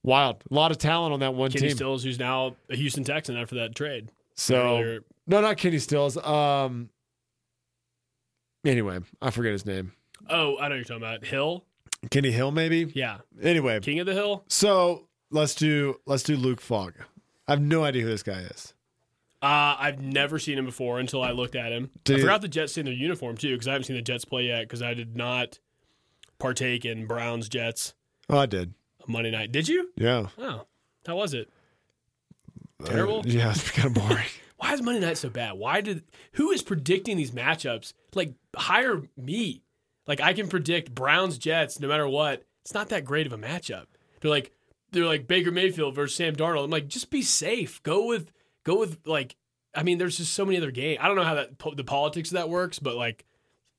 C: wild, a lot of talent on that one
D: Kenny
C: team.
D: Stills, who's now a Houston Texan after that trade.
C: so
D: Earlier-
C: no, not Kenny Stills. Um. Anyway, I forget his name.
D: oh, I know you're talking about Hill.
C: Kenny Hill, maybe.
D: Yeah,
C: Anyway,
D: King of the Hill.
C: So let's do let's do Luke Fogg. I have no idea who this guy is.
D: Uh, I've never seen him before until I looked at him.
C: Dude.
D: I forgot the Jets in their uniform too because I haven't seen the Jets play yet because I did not partake in Browns Jets
C: Oh, I did.
D: Monday night. Did you?
C: Yeah.
D: Oh, how was it? Terrible?
C: Uh, yeah, it's kind of boring.
D: Why is Monday night so bad? Why did who is predicting these matchups? Like hire me. Like I can predict Browns Jets no matter what. It's not that great of a matchup. They're like they're like Baker Mayfield versus Sam Darnold. I'm like just be safe. Go with go with like I mean there's just so many other games. I don't know how that po- the politics of that works, but like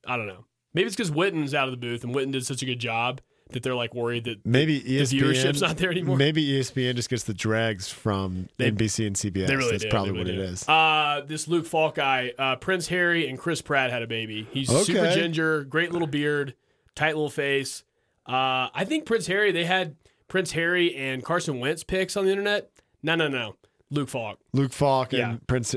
D: I don't know. Maybe it's because Witten's out of the booth and Witten did such a good job that they're like worried that
C: Maybe E ESPN.
D: viewership's not there anymore.
C: Maybe E ESPN just gets the drags from
D: They-
C: NBC and CBS.
D: They really
C: That's
D: do.
C: probably
D: They
C: what
D: really
C: it
D: do.
C: is.
D: Uh, this Luke Falk guy, uh, Prince Harry and Chris Pratt had a baby. He's super
C: Okay.
D: ginger, great little beard, tight little face. Uh, I think Prince Harry. They had Prince Harry and Carson Wentz pics on the internet. No, no, no. Luke Falk.
C: Luke Falk
D: Yeah.
C: and Prince.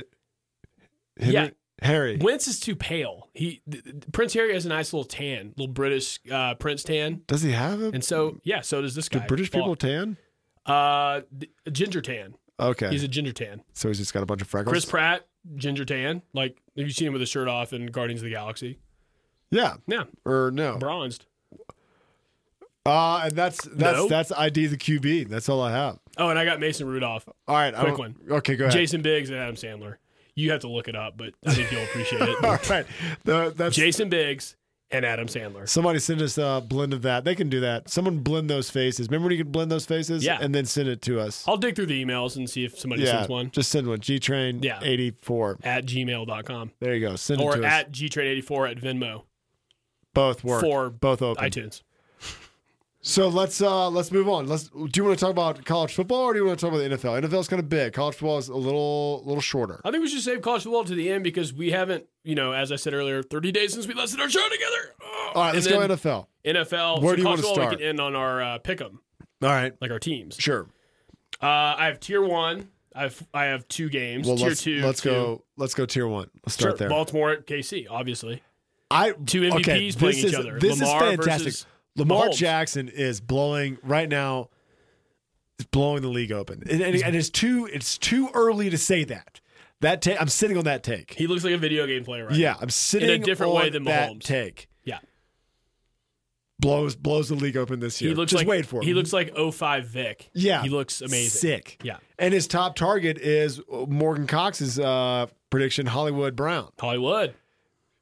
C: Henry,
D: Yeah.
C: Harry.
D: Wentz is too pale. He th- th- Prince Harry has a nice little tan, little British uh, Prince tan,
C: Does he have a?
D: and so yeah, so does this
C: do
D: guy.
C: British people
D: Falk.
C: tan?
D: uh, th- ginger tan.
C: Okay.
D: He's a ginger tan.
C: so he's just got a bunch of freckles.
D: Chris Pratt, ginger tan. Like have you seen him with his shirt off in Guardians of the Galaxy?
C: yeah.
D: Yeah,
C: Or no.
D: bronzed.
C: Uh, and that's that's
D: No.
C: that's ID the QB. That's all I have.
D: Oh, and I got Mason Rudolph,
C: All right. I
D: Quick
C: don't- Okay, go ahead.
D: Jason Biggs, and Adam Sandler. You have to look it up, but I think you'll appreciate
C: All
D: it.
C: right. The, that's
D: Jason Biggs and Adam Sandler.
C: Somebody send us a blend of that. They can do that. Someone blend those faces. Remember when you could blend those faces?
D: Yeah.
C: And then send it to us.
D: I'll dig through the emails and see if somebody
C: yeah.
D: sends one
C: Just send one. G Train
D: Yeah.
C: 84.
D: at gmail.com
C: There you go. Send it
D: or
C: to us.
D: at gtrain84 at Venmo,
C: Both work.
D: for
C: Both open.
D: iTunes.
C: So let's uh let's move on. Let's do you want to talk about college football or do you want to talk about the NFL? NFL is kind of big. College football is a little little shorter.
D: I think we should save college football to the end because we haven't, you know, as I said earlier, 30 days since we lasted our show together. Oh,
C: All right, let's go
D: and then
C: NFL. All
D: NFL.
C: Where
D: so
C: do you
D: college
C: wanna
D: football, We
C: start?
D: can end on our uh, pick 'em,
C: right.
D: like our teams.
C: Sure.
D: Uh, I have tier one. I've I have two games.
C: Well,
D: tier
C: let's,
D: two.
C: let's
D: two-
C: go. Let's go tier one. Let's start
D: Sure,
C: there.
D: Baltimore at KC, obviously.
C: I
D: Two MVPs
C: okay,
D: playing
C: this
D: each
C: is,
D: other.
C: This
D: Lamar
C: is fantastic.
D: versus
C: Lamar
D: Mahomes.
C: Jackson is blowing right now. Is blowing the league open, and, and, and it's too it's too early to say that. That ta- I'm sitting on that take.
D: He looks like a video game player, right?
C: yeah, I'm sitting
D: different
C: on
D: way than
C: that
D: Mahomes.
C: take.
D: Yeah.
C: Blows blows the league open this year.
D: He looks
C: Just
D: like
C: wait for it.
D: He looks like 05 Vic.
C: Yeah,
D: He looks amazing.
C: Sick.
D: Yeah.
C: And his top target is Morgan Cox's uh, prediction, Hollywood Brown.
D: Hollywood.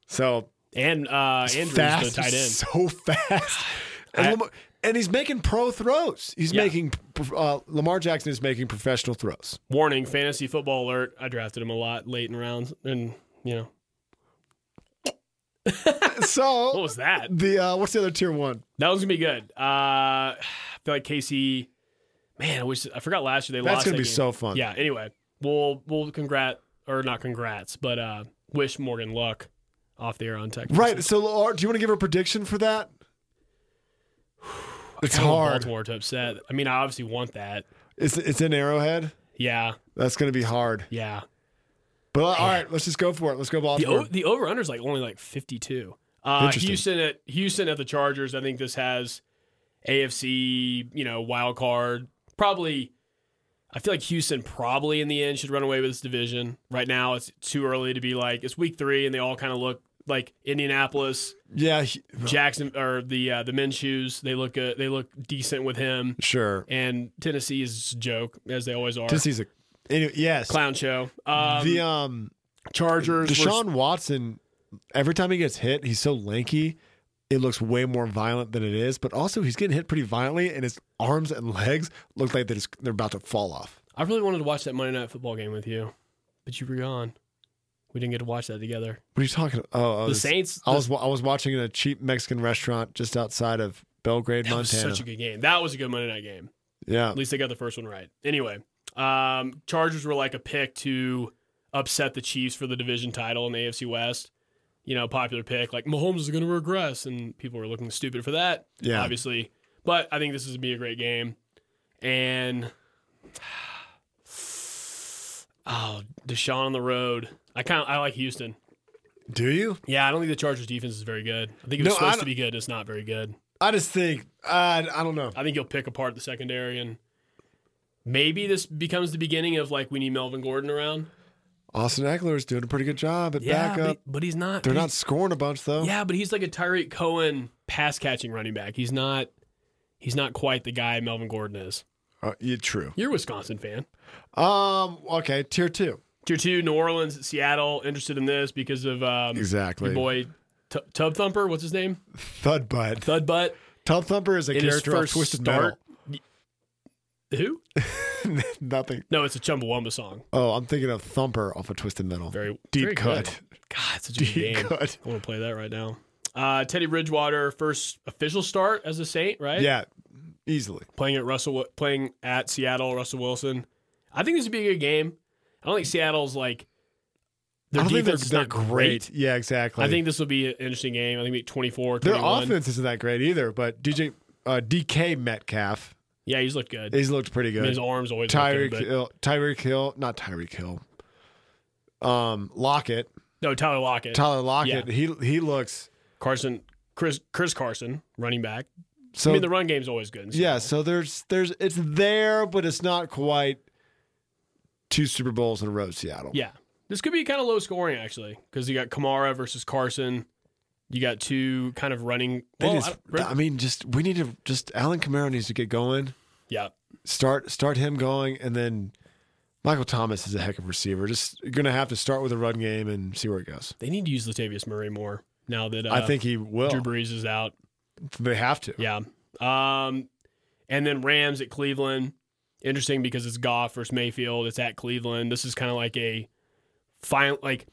C: So
D: And uh Andrews
C: fast,
D: the tight end.
C: so fast, and,
D: I-
C: Lamar, and he's making pro throws. He's
D: Yeah.
C: making uh, Lamar Jackson is making professional throws.
D: Warning, fantasy football alert. I drafted him a lot late in rounds and you know. What
C: So
D: was that?
C: the uh, what's the other tier one?
D: That was gonna be good. Uh I feel like KC man, I wish I forgot last year they
C: That's
D: lost.
C: gonna
D: that
C: be
D: game.
C: so fun.
D: Yeah, anyway. We'll we'll congrat or not congrats, but uh wish Morgan luck off the air on Texas.
C: Right. So Lamar, do you want to give a prediction for that? It's
D: I want
C: hard.
D: Baltimore to upset. I mean, I obviously want that.
C: It's it's in Arrowhead.
D: Yeah,
C: That's going to be hard.
D: yeah.
C: But uh, all right, let's just go for it. Let's go
D: The
C: Baltimore.
D: o- the over under is like only like fifty two. Uh,
C: Interesting.
D: Houston at Houston at the Chargers. I think this has AFC you know wild card. Probably, I feel like Houston probably in the end should run away with this division. Right now, it's too early to be like it's week three, and they all kind of look like Indianapolis,
C: yeah. he-
D: Jackson, or the uh, the Minshews. They look uh, they look decent with him,
C: sure.
D: and Tennessee is a joke as they always are.
C: Tennessee's a anyway, yes.
D: Clown show. Um,
C: the um
D: Chargers. were-
C: Deshaun Watson, every time he gets hit, he's so lanky. It looks way more violent than it is, but also he's getting hit pretty violently, and his arms and legs look like they're, just, they're about to fall off.
D: I really wanted to watch that Monday Night Football game with you, but you were gone. We didn't get to watch that together.
C: What are you talking about? Oh, I
D: The
C: was,
D: Saints.
C: I
D: the-
C: was wa- I was watching in a cheap Mexican restaurant just outside of Belgrade,
D: that was
C: Montana.
D: such a good game. That was a good Monday Night game.
C: yeah,
D: At least they got the first one right. Anyway, um, Chargers were like a pick to upset the Chiefs for the division title in the AFC West. You know, popular pick like Mahomes is going to regress, and people were looking stupid for that.
C: Yeah.
D: obviously. But I think this is gonna be a great game, and oh, Deshaun on the road. I kind of I like Houston.
C: do you?
D: Yeah, I don't think the Chargers defense is very good. I think it
C: No,
D: was
C: I
D: supposed to
C: don't-
D: be good. It's not very good.
C: I just think uh, I don't know.
D: I think you'll pick apart the secondary and maybe this becomes the beginning of like we need Melvin Gordon around.
C: Austin Eckler is doing a pretty good job at backup.
D: but, but he's not.
C: They're not
D: he's-
C: scoring a bunch though.
D: Yeah, but he's like a Tyreek Cohen pass catching running back. He's not. He's not quite the guy Melvin Gordon is.
C: Uh, yeah, true.
D: You're a Wisconsin fan.
C: Um. Okay. Tier two.
D: Tier two, New Orleans, Seattle. Interested in this because of um,
C: Exactly.
D: your boy T- Tub Thumper. What's his name?
C: Thud butt.
D: Thud Butt.
C: Tub Thumper is a
D: In his
C: character off
D: first
C: Twisted
D: start. Who?
C: Metal. Nothing.
D: No, it's a Chumbawamba song.
C: Oh, I'm thinking of Thumper off of Twisted Metal.
D: Very
C: deep
D: very
C: cut.
D: good. God, it's such a good
C: Deep
D: game.
C: cut.
D: I want to play that right now. Uh, Teddy Bridgewater, first official start as a Saint, right?
C: Yeah, easily.
D: Playing at Russell, playing at Seattle, Russell Wilson. I think this would be a good game. I don't think Seattle's like their
C: I don't think they're,
D: defense is
C: they're
D: not great.
C: great. Yeah, exactly.
D: I think this will be an interesting game. I think it'll be 24,
C: their
D: 21.
C: offense isn't that great either. But DJ uh, DK Metcalf,
D: Yeah, he's looked good.
C: he's looked pretty
D: I mean, his
C: good.
D: arms always look good,
C: Tyreek uh,
D: but-
C: Hill, Tyreek Hill, not Tyreek Hill. Um, Lockett,
D: no Tyler Lockett,
C: Tyler Lockett. He he looks
D: Carson, Chris, Chris Carson, running back.
C: so.
D: I mean, the run game's always good. in
C: yeah,
D: Seattle.
C: so there's there's it's there, but it's not quite two Super Bowls in a row. Seattle.
D: Yeah. This could be kind of low scoring, actually, because you got Kamara versus Carson. You got two kind of running.
C: They
D: Well, I
C: just,
D: don't-
C: I, mean, just we need to just Alan Kamara needs to get going.
D: yeah.
C: Start start him going, and then Michael Thomas is a heck of a receiver. Just you're gonna have to start with a run game and see where it goes.
D: They need to use Latavius Murray more now that uh,
C: I think he will.
D: Drew Brees is out.
C: They have to.
D: Yeah. Um, and then Rams at Cleveland. Interesting because it's Goff versus Mayfield. It's at Cleveland. This is kind of like a final, like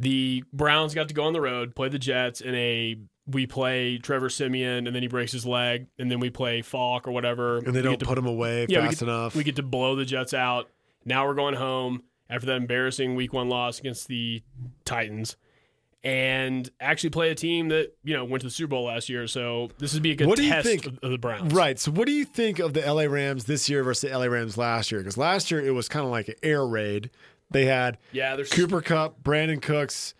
D: the Browns got to go on the road, play the Jets in a we play Trevor Simeon and then he breaks his leg and then we play Falk or whatever.
C: And they
D: We
C: don't
D: get to-
C: put him away
D: Yeah, we
C: fast enough.
D: we get to blow the Jets out. Now we're going home after that embarrassing week one loss against the Titans. and actually play a team that you know went to the Super Bowl last year. So this would be a good
C: What do you
D: test
C: think-
D: of the Browns.
C: Right. So, what do you think of the LA Rams this year versus the LA Rams last year? Because last year it was kind of like an air raid. They had
D: Yeah, there's
C: Cooper Cup, Brandon Cooks.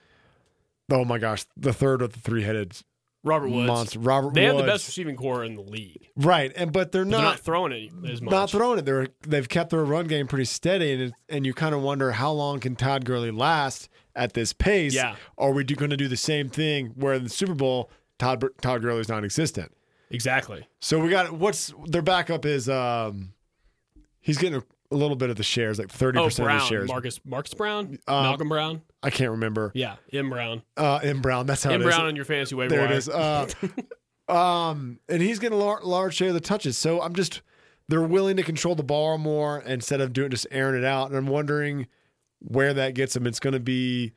C: Oh my gosh, the third of the three headed
D: Robert Woods.
C: monster, Robert
D: They have
C: Woods.
D: the best receiving core in the league.
C: Right, and but they're
D: They're
C: not
D: not throwing it as much.
C: not throwing it. They're they've kept their run game pretty steady, and it, and you kind of wonder how long can Todd Gurley last at this pace?
D: Yeah.
C: Are we going to do the same thing where in the Super Bowl Todd Bur- Todd Gurley's non-existent?
D: exactly.
C: So we got what's their backup is um he's getting a, a little bit of the shares, like thirty
D: Oh,
C: percent of the
D: Brown,
C: shares. Um,
D: Marcus, Marcus Brown, Malcolm Brown.
C: I can't remember.
D: Yeah, M Brown,
C: Uh, M Brown. That's how
D: M
C: it is.
D: Brown on your fantasy waiver
C: There
D: wire.
C: it is. Uh, um, and he's getting a lar- large share of the touches. So I'm just, they're willing to control the ball more instead of doing just airing it out. And I'm wondering where that gets him. It's going to be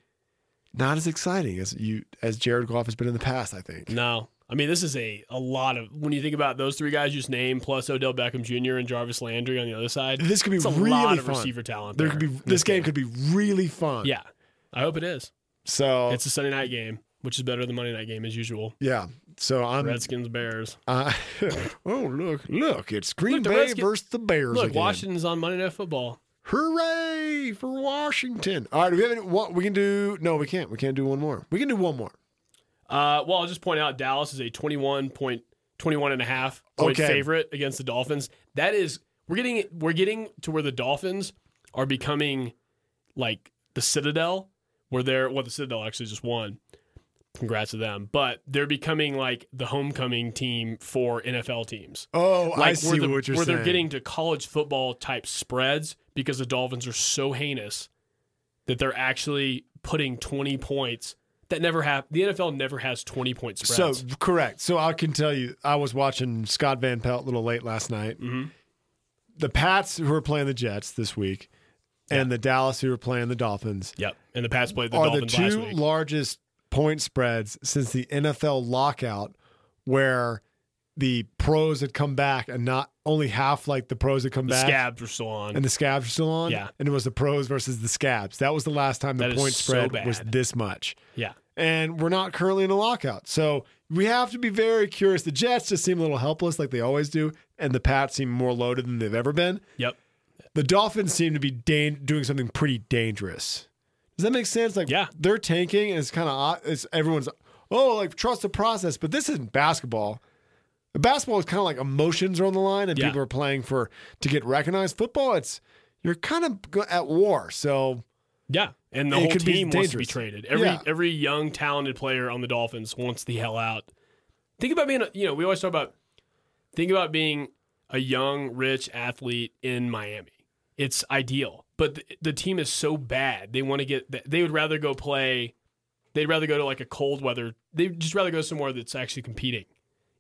C: not as exciting as you as Jared Goff has been in the past. I think.
D: No, I mean this is a a lot of when you think about those three guys you just named plus Odell Beckham Jr. and Jarvis Landry on the other side.
C: This could be
D: it's a
C: really
D: lot of
C: fun.
D: receiver talent.
C: There could be
D: in
C: this, game could be really fun.
D: Yeah, I hope it is.
C: So
D: It's a Sunday night game, which is better than Monday night game as usual.
C: yeah. So I'm.
D: Redskins Bears.
C: Uh, oh look, look! It's Green
D: Look, the
C: Bay
D: Redskins-
C: versus the Bears.
D: Look,
C: again.
D: Washington's on Monday Night Football.
C: Hooray for Washington! All right, do we have any, what we can do? No, we can't. We can't do one more. We can do one more.
D: Uh, well, I'll just point out Dallas is a 21 point, 21 and a half point
C: Okay.
D: favorite against the Dolphins. That is, we're getting we're getting to where the Dolphins are becoming like the Citadel, where they're well, the Citadel actually just won. Congrats to them, but they're becoming like the homecoming team for NFL teams.
C: Oh,
D: Like
C: I see
D: where the-
C: what you're
D: where
C: saying.
D: they're getting to college football type spreads because the Dolphins are so heinous that they're actually putting 20 points that never happened. The NFL never has 20 point
C: so
D: spreads.
C: correct. So I can tell you, I was watching Scott Van Pelt a little late last night.
D: Mhm.
C: The Pats who are playing the Jets this week, and the Dallas who are playing the Dolphins
D: yep. And the Pats played the
C: are
D: Dolphins
C: the
D: last
C: two
D: week.
C: largest point spreads since the NFL lockout, where the pros had come back and not only half like the pros had come
D: the
C: back.
D: scabs were still on.
C: and the scabs are still on.
D: Yeah.
C: And it was the pros versus the scabs. That was the last time the
D: That is
C: point
D: so
C: spread was
D: bad.
C: this much.
D: yeah.
C: And we're not currently in a lockout. So we have to be very curious. The Jets just seem a little helpless like they always do. And the Pats seem more loaded than they've ever been.
D: Yep.
C: The Dolphins seem to be dan- doing something pretty dangerous. Does that make sense? Like,
D: Yeah.
C: they're tanking, and it's kind of it's everyone's oh, like trust the process, but this isn't basketball. Basketball is kind of like emotions are on the line, and
D: Yeah.
C: people are playing for to get recognized. Football, it's you're kind of go- at war, so
D: Yeah. And the
C: It
D: whole
C: could be
D: team wants to be
C: dangerous.
D: traded. Every
C: Yeah.
D: every young talented player on the Dolphins wants the hell out. Think about being a, you know, we always talk about think about being a young rich athlete in Miami. It's ideal. But the, the team is so bad. They want to get they would rather go play they'd rather go to like a cold weather. They'd just rather go somewhere that's actually competing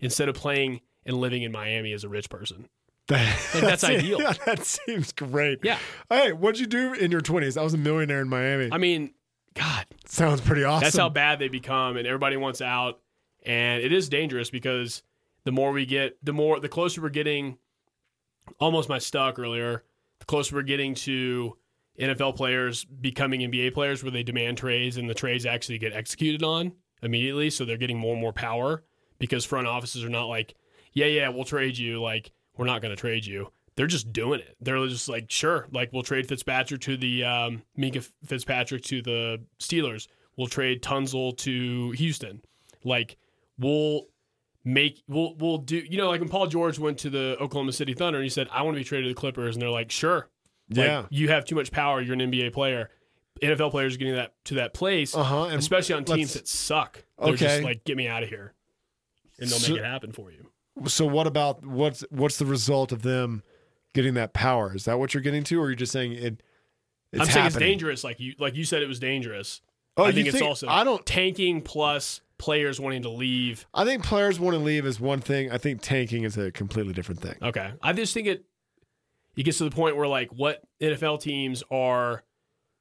D: instead of playing and living in Miami as a rich person. Like, that's ideal.
C: Yeah, that seems great.
D: Yeah.
C: Hey, what'd you do in your 20s? I was a millionaire in Miami.
D: I mean, god,
C: Sounds pretty awesome.
D: That's how bad they become, and everybody wants out. And it is dangerous because the more we get, the more the closer we're getting. Almost my stock earlier. The closer we're getting to NFL players becoming NBA players, where they demand trades and the trades actually get executed on immediately, so they're getting more and more power because front offices are not like, yeah, yeah, we'll trade you. Like we're not going to trade you. They're just doing it. They're just like, sure, like we'll trade Fitzpatrick to the um, Minka Fitzpatrick to the Steelers. We'll trade Tunzel to Houston. Like we'll make we'll we'll do you know like when Paul George went to the Oklahoma City Thunder and he said I want to be traded to the Clippers and they're like sure Like,
C: Yeah.
D: you have too much power you're an NBA player NFL players are getting that to that place
C: Uh huh. And
D: especially on teams
C: let's-
D: that suck they're
C: Okay.
D: just like get me out of here and they'll
C: So-
D: make it happen for you
C: so what about what's what's the result of them getting that power? Is that what you're getting to, or are you just saying it? It's
D: I'm saying it's
C: happening?
D: dangerous like you like you said it was dangerous
C: Oh,
D: I
C: you
D: think it's also
C: I don't.
D: tanking plus players wanting to leave
C: I think players want to leave is one thing. I think tanking is a completely different thing.
D: Okay. I just think it it gets to the point where like what NFL teams are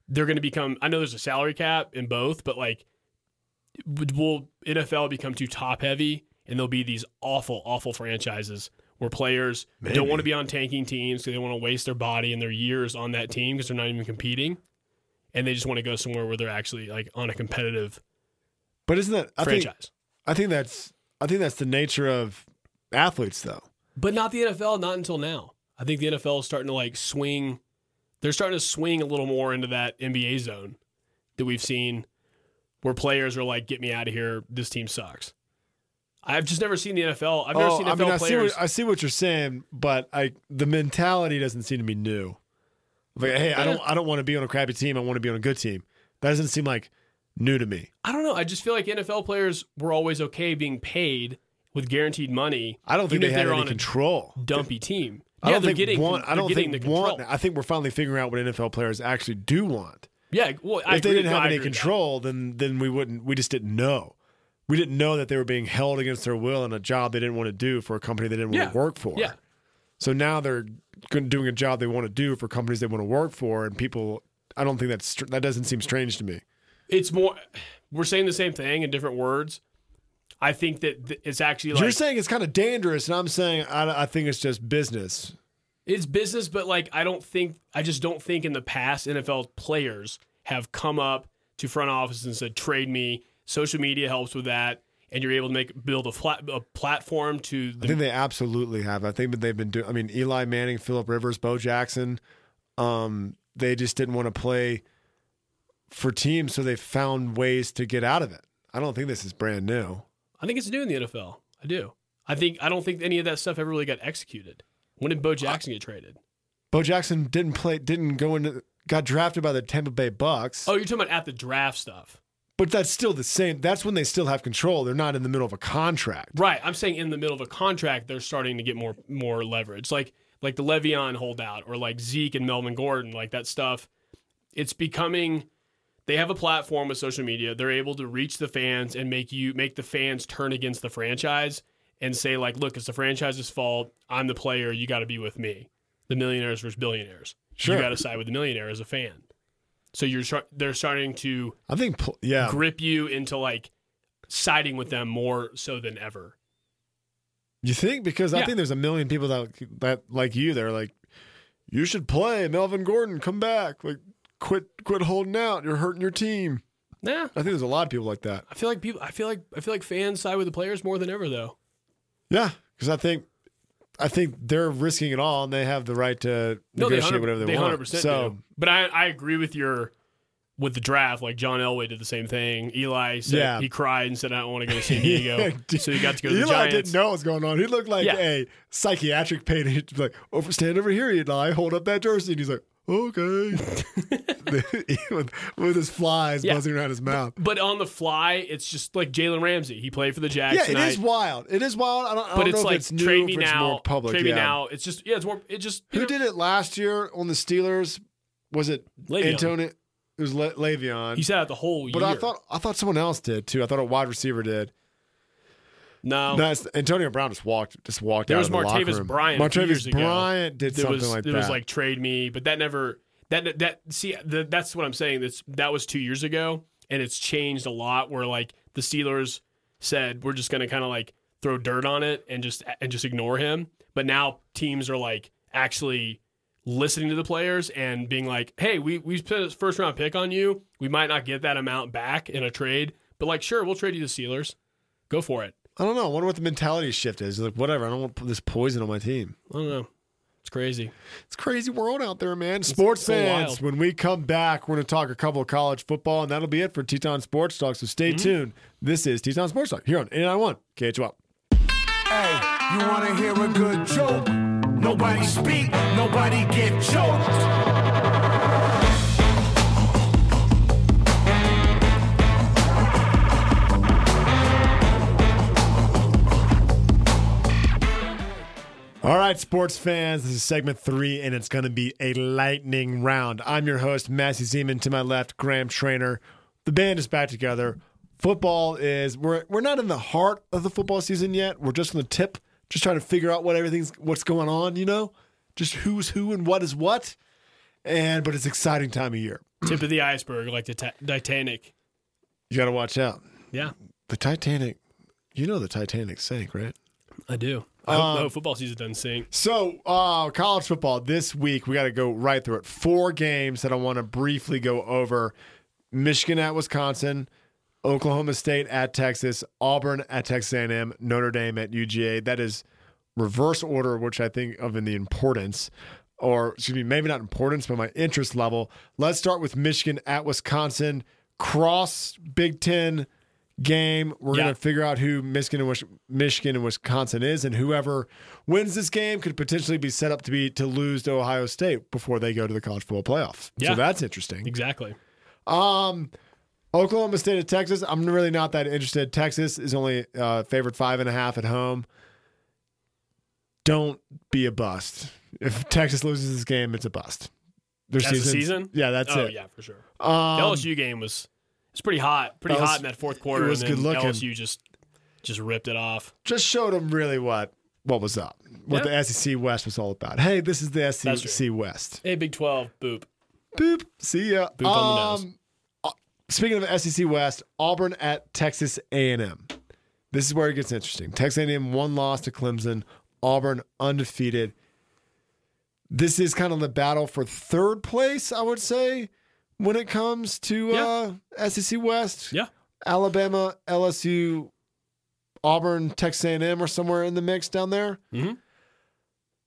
D: they're going to become I know there's a salary cap in both, but like would- will NFL become too top heavy and there'll be these awful awful franchises where players don't want to be on tanking teams because they want to waste their body and their years on that team because they're not even competing and they just want to go somewhere where they're actually like on a competitive
C: But isn't that I
D: franchise.
C: Think, I think that's I think that's the nature of athletes though.
D: But not the NFL, not until now. I think the NFL is starting to like swing. They're starting to swing a little more into that NBA zone that we've seen where players are like, get me out of here. This team sucks. I've just never seen the NFL. I've never
C: Oh,
D: seen
C: I
D: NFL
C: mean, I see,
D: players.
C: what, I see what you're saying, but I the mentality doesn't seem to be new. Like, hey, I don't I don't want to be on a crappy team. I want to be on a good team. That doesn't seem like new to me.
D: I don't know. I just feel like NFL players were always okay being paid with guaranteed money.
C: I don't think
D: even
C: they
D: if
C: had
D: were
C: any
D: on a
C: control.
D: dumpy team.
C: I
D: yeah,
C: don't
D: they're
C: think
D: getting.
C: one. I
D: they're
C: don't
D: getting
C: think
D: the control.
C: one. I think we're finally figuring out what NFL players actually do want.
D: yeah, well, I
C: if they
D: agree.
C: didn't
D: No,
C: have
D: I
C: any
D: agree with that.
C: control, then then we wouldn't. We just didn't know. We didn't know that they were being held against their will in a job they didn't want to do for a company they didn't want
D: Yeah.
C: to work for.
D: Yeah,
C: So now they're go- doing a job they want to do for companies they want to work for, and people. I don't think that's str- that doesn't seem strange to me.
D: it's more. We're saying the same thing in different words. I think that th- it's actually like
C: You're saying it's kind of dangerous, and I'm saying I, I think it's just business.
D: it's business, but like I don't think I just don't think in the past NFL players have come up to front office and said trade me. Social media helps with that, and you're able to make build a, flat, a platform to
C: I
D: the
C: think they absolutely have. I think that they've been doing. I mean, Eli Manning, Philip Rivers, Bo Jackson. Um, they just didn't want to play for teams, so they found ways to get out of it. I don't think this is brand new.
D: I think it's new in the NFL. I do. I think I don't think any of that stuff ever really got executed. When did Bo Jackson get traded?
C: Bo Jackson didn't play. Didn't go into. Got drafted by the Tampa Bay Bucks.
D: Oh, you're talking about at the draft stuff.
C: But that's still the same. That's when they still have control. They're not in the middle of a contract.
D: Right. I'm saying in the middle of a contract, they're starting to get more more leverage. Like like the Le'Veon holdout or like Zeke and Melvin Gordon, like that stuff. It's becoming they have a platform with social media. They're able to reach the fans and make you make the fans turn against the franchise and say, like, look, it's the franchise's fault. I'm the player, you gotta be with me. The millionaires versus billionaires.
C: Sure.
D: You gotta side with the millionaire as a fan. So you're start- they're starting to
C: I think. pl- Yeah.
D: grip you into like siding with them more so than ever.
C: You think because I
D: Yeah.
C: think there's a million people that that like you. They're like, you should play Melvin Gordon. Come back. Like, quit quit holding out. You're hurting your team.
D: Nah,
C: I think there's a lot of people like that.
D: I feel like people. I feel like I feel like fans side with the players more than ever, though.
C: Yeah, because I think I think they're risking it all, and they have the right to negotiate whatever they, want.
D: 100%
C: so
D: do. but I, I agree with your with the draft. Like John Elway did the same thing. Eli said
C: Yeah.
D: he cried and said, "I don't want to go to San Diego," so he got to go to the
C: Eli
D: Giants.
C: didn't know what was going on. He looked like
D: Yeah.
C: a psychiatric patient. He'd be like, over, stand over here, Eli. Hold up that jersey, and he's like, okay, with, with his flies
D: Yeah.
C: buzzing around his mouth.
D: But on the fly, it's just like Jalen Ramsey. He played for the Jags.
C: Yeah, it
D: tonight,
C: is wild. It is wild. I don't, I don't
D: But
C: know
D: it's
C: if
D: like
C: it's new,
D: trade me
C: if it's
D: now,
C: more public.
D: trade
C: yeah.
D: me now. It's just yeah, it's more. It just you
C: Who
D: know,
C: did it last year on the Steelers? Was it
D: Le'Veon.
C: Antonio? It was Le- Le'Veon.
D: He sat out the whole
C: but
D: year.
C: I thought I thought someone else did too. I thought a wide receiver did.
D: no,
C: No, it's- Antonio Brown just walked just walked
D: Oh. There
C: out
D: was
C: of the
D: Martavis
C: locker room.
D: Bryant a few years
C: Martavis
D: ago.
C: Bryant did
D: there
C: something
D: was
C: like
D: there
C: that.
D: was like trade me, but that never that that see the, that's what I'm saying. That's that was two years ago, and it's changed a lot. Where like the Steelers said, we're just gonna kind of like throw dirt on it and just and just ignore him. But now teams are like actually listening to the players and being like, hey, we we spent a first round pick on you. We might not get that amount back in a trade, but like sure, we'll trade you the Steelers. Go for it.
C: I don't know. I wonder what the mentality shift is. Like whatever. I don't want this poison on my team.
D: I don't know. It's crazy.
C: It's a crazy world out there, man. Sports
D: so
C: fans,
D: wild.
C: when we come back, we're going to talk a couple of college football, and that'll be it for Teton Sports Talk. So stay
D: Mm-hmm.
C: tuned. This is Teton Sports Talk here on 891 KHOL.
B: Hey, you wanna hear a good joke? Nobody speak, nobody get choked.
C: All right, sports fans, this is segment three, and it's going to be a lightning round. I'm your host, Massey Zeman. To my left, Graham Trainer. The band is back together. Football is we're we're not in the heart of the football season yet. We're just on the tip, just trying to figure out what everything's what's going on. You know, just who's who and what is what. And but it's exciting time of year.
D: Tip of the iceberg, like the ti- Titanic.
C: You got to watch out.
D: Yeah.
C: The Titanic, you know, the Titanic sank, right?
D: I do. I hope
C: Um,
D: the whole football season doesn't sink.
C: So, uh, college football this week, we got to go right through it. Four games that I want to briefly go over Michigan at Wisconsin, Oklahoma State at Texas, Auburn at Texas A&M, Notre Dame at UGA. That is reverse order, which I think of in the importance, or excuse me, maybe not importance, but my interest level. Let's start with Michigan at Wisconsin, cross Big Ten game. We're
D: Yeah.
C: gonna figure out who Michigan and Wis- Michigan and Wisconsin is, and whoever wins this game could potentially be set up to be to lose to Ohio State before they go to the college football playoff.
D: Yeah.
C: So that's interesting.
D: Exactly.
C: Um, Oklahoma State at Texas. I'm really not that interested. Texas is only uh, favored five and a half at home. Don't be a bust. If Texas loses this game, it's a bust. Their
D: That's the
C: season's-
D: season?
C: Yeah, that's
D: oh
C: it.
D: yeah, for sure.
C: Um,
D: The LSU game was it's pretty hot, pretty
C: That was-
D: hot in that fourth quarter.
C: was
D: and then
C: good looking.
D: LSU just just ripped it off.
C: just showed them really what what was up, what
D: Yeah.
C: the SEC West was all about. Hey, this is the
D: That's
C: SEC West.
D: Hey, Big Twelve, boop.
C: Boop. See ya.
D: Boop on the
C: Um, uh, Speaking of SEC West, Auburn at Texas A&M. This is where it gets interesting. Texas A&M one loss to Clemson. Auburn undefeated. This is kind of the battle for third place, I would say, when it comes to uh, SEC West.
D: Yeah.
C: Alabama, LSU, Auburn, Texas A&M are somewhere in the mix down there.
D: Mhm.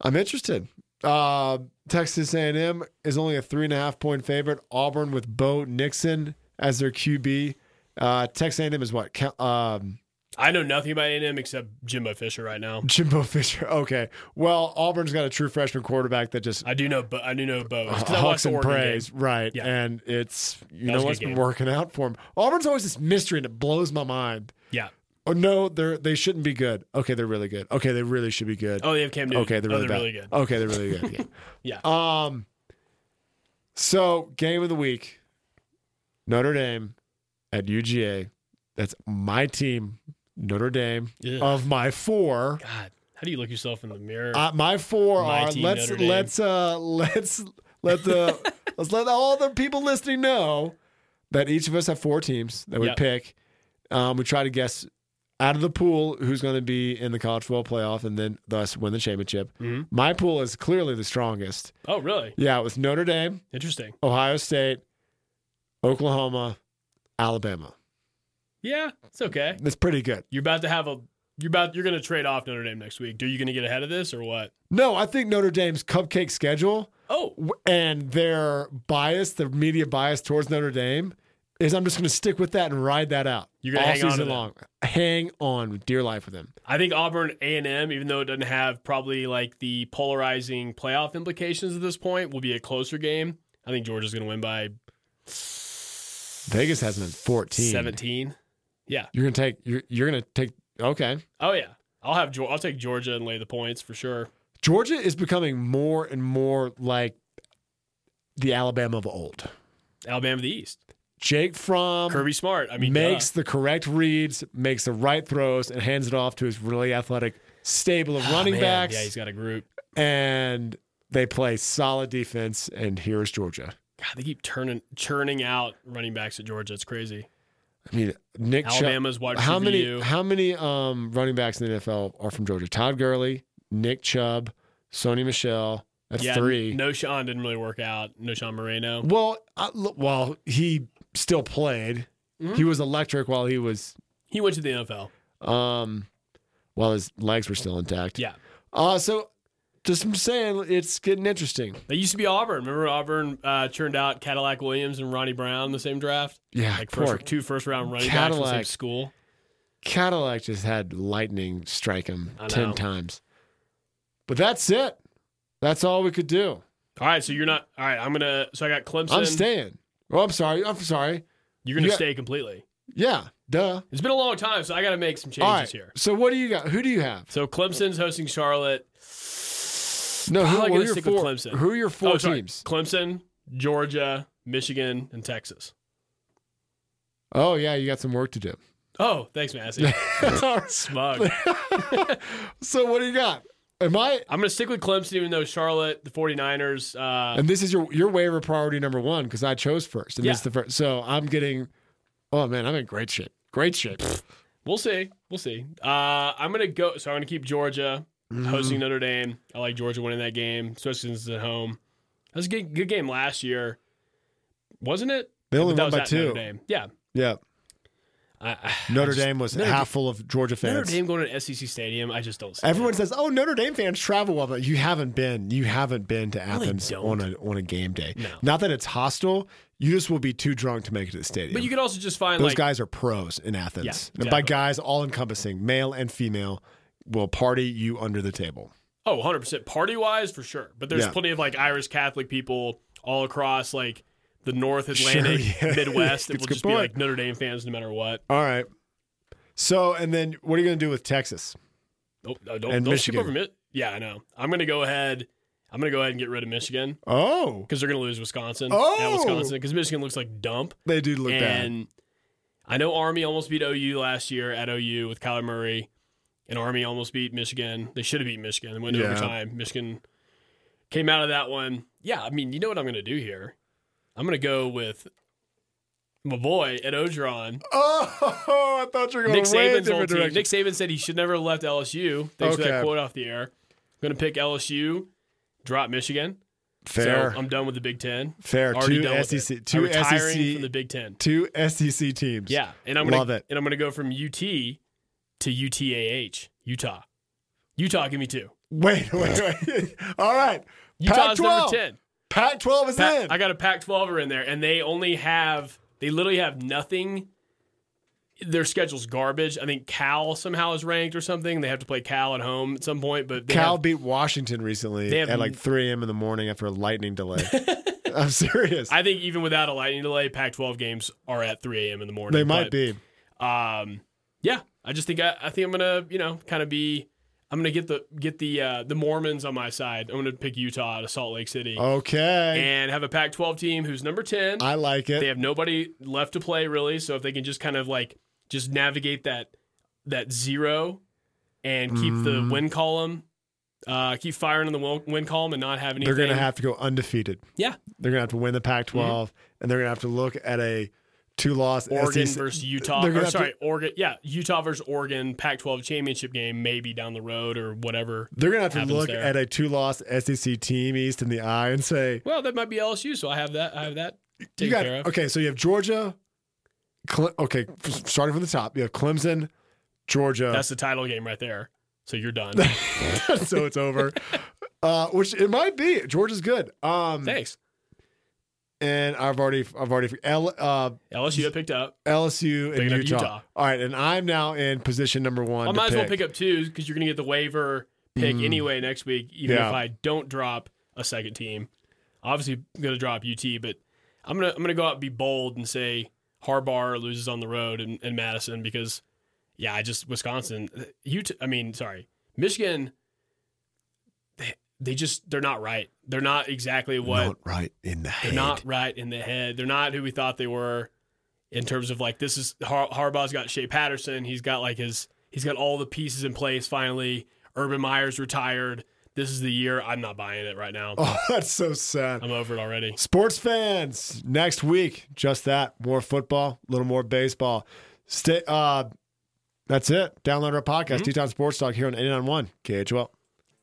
C: I'm interested. Uh, Texas A&M is only a three and a half point favorite. Auburn with Bo Nixon as their QB. Uh, Texas A&M is what? Cal- Um,
D: I know nothing about A&M except Jimbo Fisher right now.
C: Jimbo Fisher. Okay. Well, Auburn's got a true freshman quarterback that just
D: I do know, but I do know Bo. It's 'cause I watched
C: Hawks
D: the
C: and
D: Oregon game.
C: praise, right?
D: Yeah.
C: And it's you
D: That was
C: know
D: a
C: what's
D: good
C: been
D: game.
C: working out for him. Auburn's always this mystery, and it blows my mind.
D: Yeah.
C: Oh no, they're they shouldn't be good. Okay, they're really good. Okay, they really should be good.
D: Oh, they have Cam Newton.
C: okay, they're
D: oh,
C: really,
D: they're
C: bad.
D: really good.
C: Okay, they're really good.
D: Yeah.
C: yeah. Um. So game of the week, Notre Dame at UGA. That's my team, Notre Dame.
D: Ugh.
C: Of my four,
D: God, how do you look yourself in the mirror?
C: uh, my four
D: My
C: are
D: team,
C: let's
D: Notre Dame.
C: let's uh let's let the let's let all the people listening know that each of us have four teams that we
D: Yep.
C: pick. Um, we try to guess out of the pool who's going to be in the college football playoff and then thus win the championship.
D: Mhm.
C: My pool is clearly the strongest.
D: oh, really?
C: Yeah, with Notre Dame,
D: Interesting.
C: Ohio State, Oklahoma, Alabama.
D: Yeah, it's okay.
C: That's pretty good.
D: You're about to have a. You're about. You're going to trade off Notre Dame next week. Are you going to get ahead of this or what?
C: No, I think Notre Dame's cupcake schedule
D: Oh,
C: w- and their bias, their media bias towards Notre Dame, is I'm just going to stick with that and ride that out
D: You're gonna
C: all
D: hang on to
C: season
D: them.
C: long. Hang on with dear life with them.
D: I think Auburn A and M, even though it doesn't have probably like the polarizing playoff implications at this point, will be a closer game. I think Georgia's going to win by
C: Vegas has them at 14.
D: 17.
C: You're going to take. You're, you're going to take. Okay.
D: Oh yeah, I'll have. Geor- I'll take Georgia and lay the points for sure.
C: Georgia is becoming more and more like the Alabama of old.
D: Alabama of the East.
C: Jake Fromm
D: Kirby Smart. I mean,
C: makes
D: duh.
C: the correct reads, makes the right throws, and hands it off to his really athletic stable of running
D: Ah, Man,
C: backs.
D: Yeah, he's got a group.
C: and they play solid defense. And here's Georgia.
D: God, they keep turning churning out running backs at Georgia. It's crazy.
C: I mean, Nick Chubb-
D: Alabama's wide receiver.
C: How many?
D: you.
C: How many um, running backs in the NFL are from Georgia? Todd Gurley, Nick Chubb, Sony Michelle. That's
D: yeah,
C: three.
D: No, Sean didn't really work out. No, Sean Moreno.
C: Well, I, look, well, he still played.
D: Mhm.
C: He was electric while he was,
D: He went to the NFL.
C: um, while his legs were still intact.
D: Yeah.
C: Uh, so just I'm saying, it's getting interesting.
D: They used to be Auburn. Remember Auburn uh, churned out Cadillac Williams and Ronnie Brown in the same draft?
C: Yeah,
D: Like
C: poor
D: first, two first round running backs from the
C: Cadillac.
D: same school.
C: Cadillac just had lightning strike him
D: I know.
C: ten times. But that's it. That's all we could do.
D: All right, so you're not. All right, I'm gonna. So I got Clemson.
C: I'm staying. Oh, I'm sorry. I'm sorry.
D: You're gonna
C: you got-
D: stay completely.
C: Yeah, duh.
D: It's been a long time, so I got to make some changes
C: All right.
D: here.
C: So what do you got? Who do you have?
D: So Clemson's hosting Charlotte.
C: No, who,
D: Probably
C: who are
D: gonna
C: your
D: stick with
C: four?
D: Clemson.
C: Who are your four
D: Oh, sorry.
C: teams?
D: Clemson, Georgia, Michigan, and Texas.
C: Oh yeah, you got some work to do.
D: Oh, thanks, Massey. Smug.
C: so what do you got? Am I?
D: I'm going to stick with Clemson, even though Charlotte, the 49ers. Uh,
C: And this is your your waiver priority number one because I chose first, and this
D: Yeah.
C: is the first. So I'm getting. Oh man, I'm in great shape. Great shape.
D: we'll see. We'll see. Uh, I'm going to go. So I'm going to keep Georgia
C: Mm-hmm.
D: hosting Notre Dame. I like Georgia winning that game, especially since it's at home. That was a good, good game last year, wasn't it?
C: They only
D: But that
C: won
D: was
C: by
D: at Notre
C: two.
D: Dame. Yeah.
C: Yeah.
D: I, I-
C: Notre
D: I just-
C: Dame was
D: Notre
C: half full of Georgia fans.
D: Notre Dame going to an SEC stadium. I just don't. See
C: Everyone
D: it.
C: says, "Oh, Notre Dame fans travel well," but you haven't been. You haven't been to Athens
D: don't.
C: on a on a game day.
D: No.
C: Not that it's hostile. You just will be too drunk to make it to the stadium.
D: But you could also just find
C: Those
D: like
C: guys are pros in Athens.
D: Yeah,
C: And by
D: exactly.
C: guys, all encompassing, male and female, will party you under the table.
D: Oh, 100% party wise for sure. But there's
C: Yeah.
D: plenty of like Irish Catholic people all across like the North Atlantic,
C: Sure, yeah.
D: Midwest that
C: It's
D: will
C: a good
D: just be
C: point.
D: like Notre Dame fans no matter what.
C: All right. So, and then what are you going to do with Texas?
D: Oh, no, don't
C: And
D: don't skip
C: Michigan.
D: over Mi- Yeah, I know. I'm going to go ahead. I'm going to go ahead and get rid of Michigan
C: Oh,
D: because they're going to lose Wisconsin.
C: Oh!
D: At Wisconsin because Michigan looks like dump.
C: they do look bad.
D: and I know Army almost beat OU last year at OU with Kyler Murray, and Army almost beat Michigan. They should have beat Michigan. They went to
C: Yeah.
D: overtime. Michigan came out of that one. Yeah, I mean, you know what I'm going to do here? I'm going to go with my boy at Ogeron.
C: Oh, I thought you were going
D: Nick
C: to way
D: Saban's
C: different
D: old team.
C: direction.
D: Nick Saban said he should never have left LSU. Thanks for
C: Okay.
D: that quote off the air. I'm going to pick LSU, drop Michigan.
C: Fair,
D: So I'm done with the Big Ten.
C: fair.
D: Already done
C: Two
D: with it.
C: SEC,
D: I'm
C: two E
D: retiring
C: SEC,
D: from the Big Ten.
C: two SEC teams.
D: Yeah, and I'm gonna
C: Love it.
D: and I'm gonna go from UT to UTAH, Utah. Utah, give me two.
C: Wait, wait, wait. All right.
D: Utah's
C: Pac-12.
D: number ten.
C: Pac-12 is
D: Pa-
C: in.
D: I got a Pac-12er in there, and they only have they literally have nothing. Their schedule's garbage. I think Cal somehow is ranked or something. They have to play Cal at home at some point, but they
C: Cal
D: Have,
C: beat Washington recently
D: They have-
C: at like 3 a.m. in the morning after a lightning delay. I'm serious.
D: I think even without a lightning delay, Pac-12 games are at 3 a.m. in the morning.
C: they might
D: but-
C: be.
D: um yeah i just think i, I think i'm gonna you know kind of be i'm gonna get the get the uh the mormons on my side i'm gonna pick utah out of salt lake city
C: Okay.
D: and have a pac 12 team who's number 10
C: I like
D: they
C: it.
D: have nobody left to play really so if they can just kind of like just navigate that that zero and keep
C: Mm.
D: the win column uh keep firing on the win- win column and not have anything
C: They're going to have to go undefeated.
D: yeah
C: They're going to have to win the Pac 12, and they're going to have to look at a E two loss
D: Mm-hmm. Oregon
C: SEC.
D: versus Utah.
C: they're gonna
D: Or,
C: have to-
D: sorry, Oregon. Yeah, Utah versus Oregon, Pac-12 championship game, maybe down the road or whatever.
C: They're going to have to
D: happens
C: look
D: there.
C: at a two loss SEC team east in the eye and say,
D: Well, that might be LSU, so I have that. I have that taken
C: you got,
D: care of.
C: okay, so you have Georgia. Cle- okay, f- starting from the top, you have Clemson, Georgia.
D: That's the title game right there. So you're done.
C: so it's over. Uh, which it might be. Georgia's good. Um,
D: Thanks.
C: and I've already, I've already L, uh,
D: LSU I picked up.
C: LSU and
D: Picking
C: Utah.
D: up Utah.
C: All right, and I'm now in position number one.
D: I
C: to Mm.
D: might as well pick up two because you're going to get the waiver pick anyway next week, even
C: Yeah.
D: if I don't drop a second team. Obviously, going to drop UT, but I'm going to I'm going to go out and be bold and say Harbar loses on the road in, in Madison because, yeah, I just Wisconsin, uh, Utah. I mean, sorry, Michigan. They, they just they're not right. They're not exactly what
C: Not right in the head.
D: they're not right in the head. They're not who we thought they were in terms of like this is Har- Harbaugh's got Shea Patterson. He's got like his he's got all the pieces in place finally. Urban Meyer's retired. This is the year. I'm not buying it right now.
C: Oh, that's so sad.
D: I'm over it already.
C: Sports fans, next week, just that. More football, a little more baseball. Stay. Uh, that's it. Download our podcast, Teton Sports Talk, here on 891 KHL.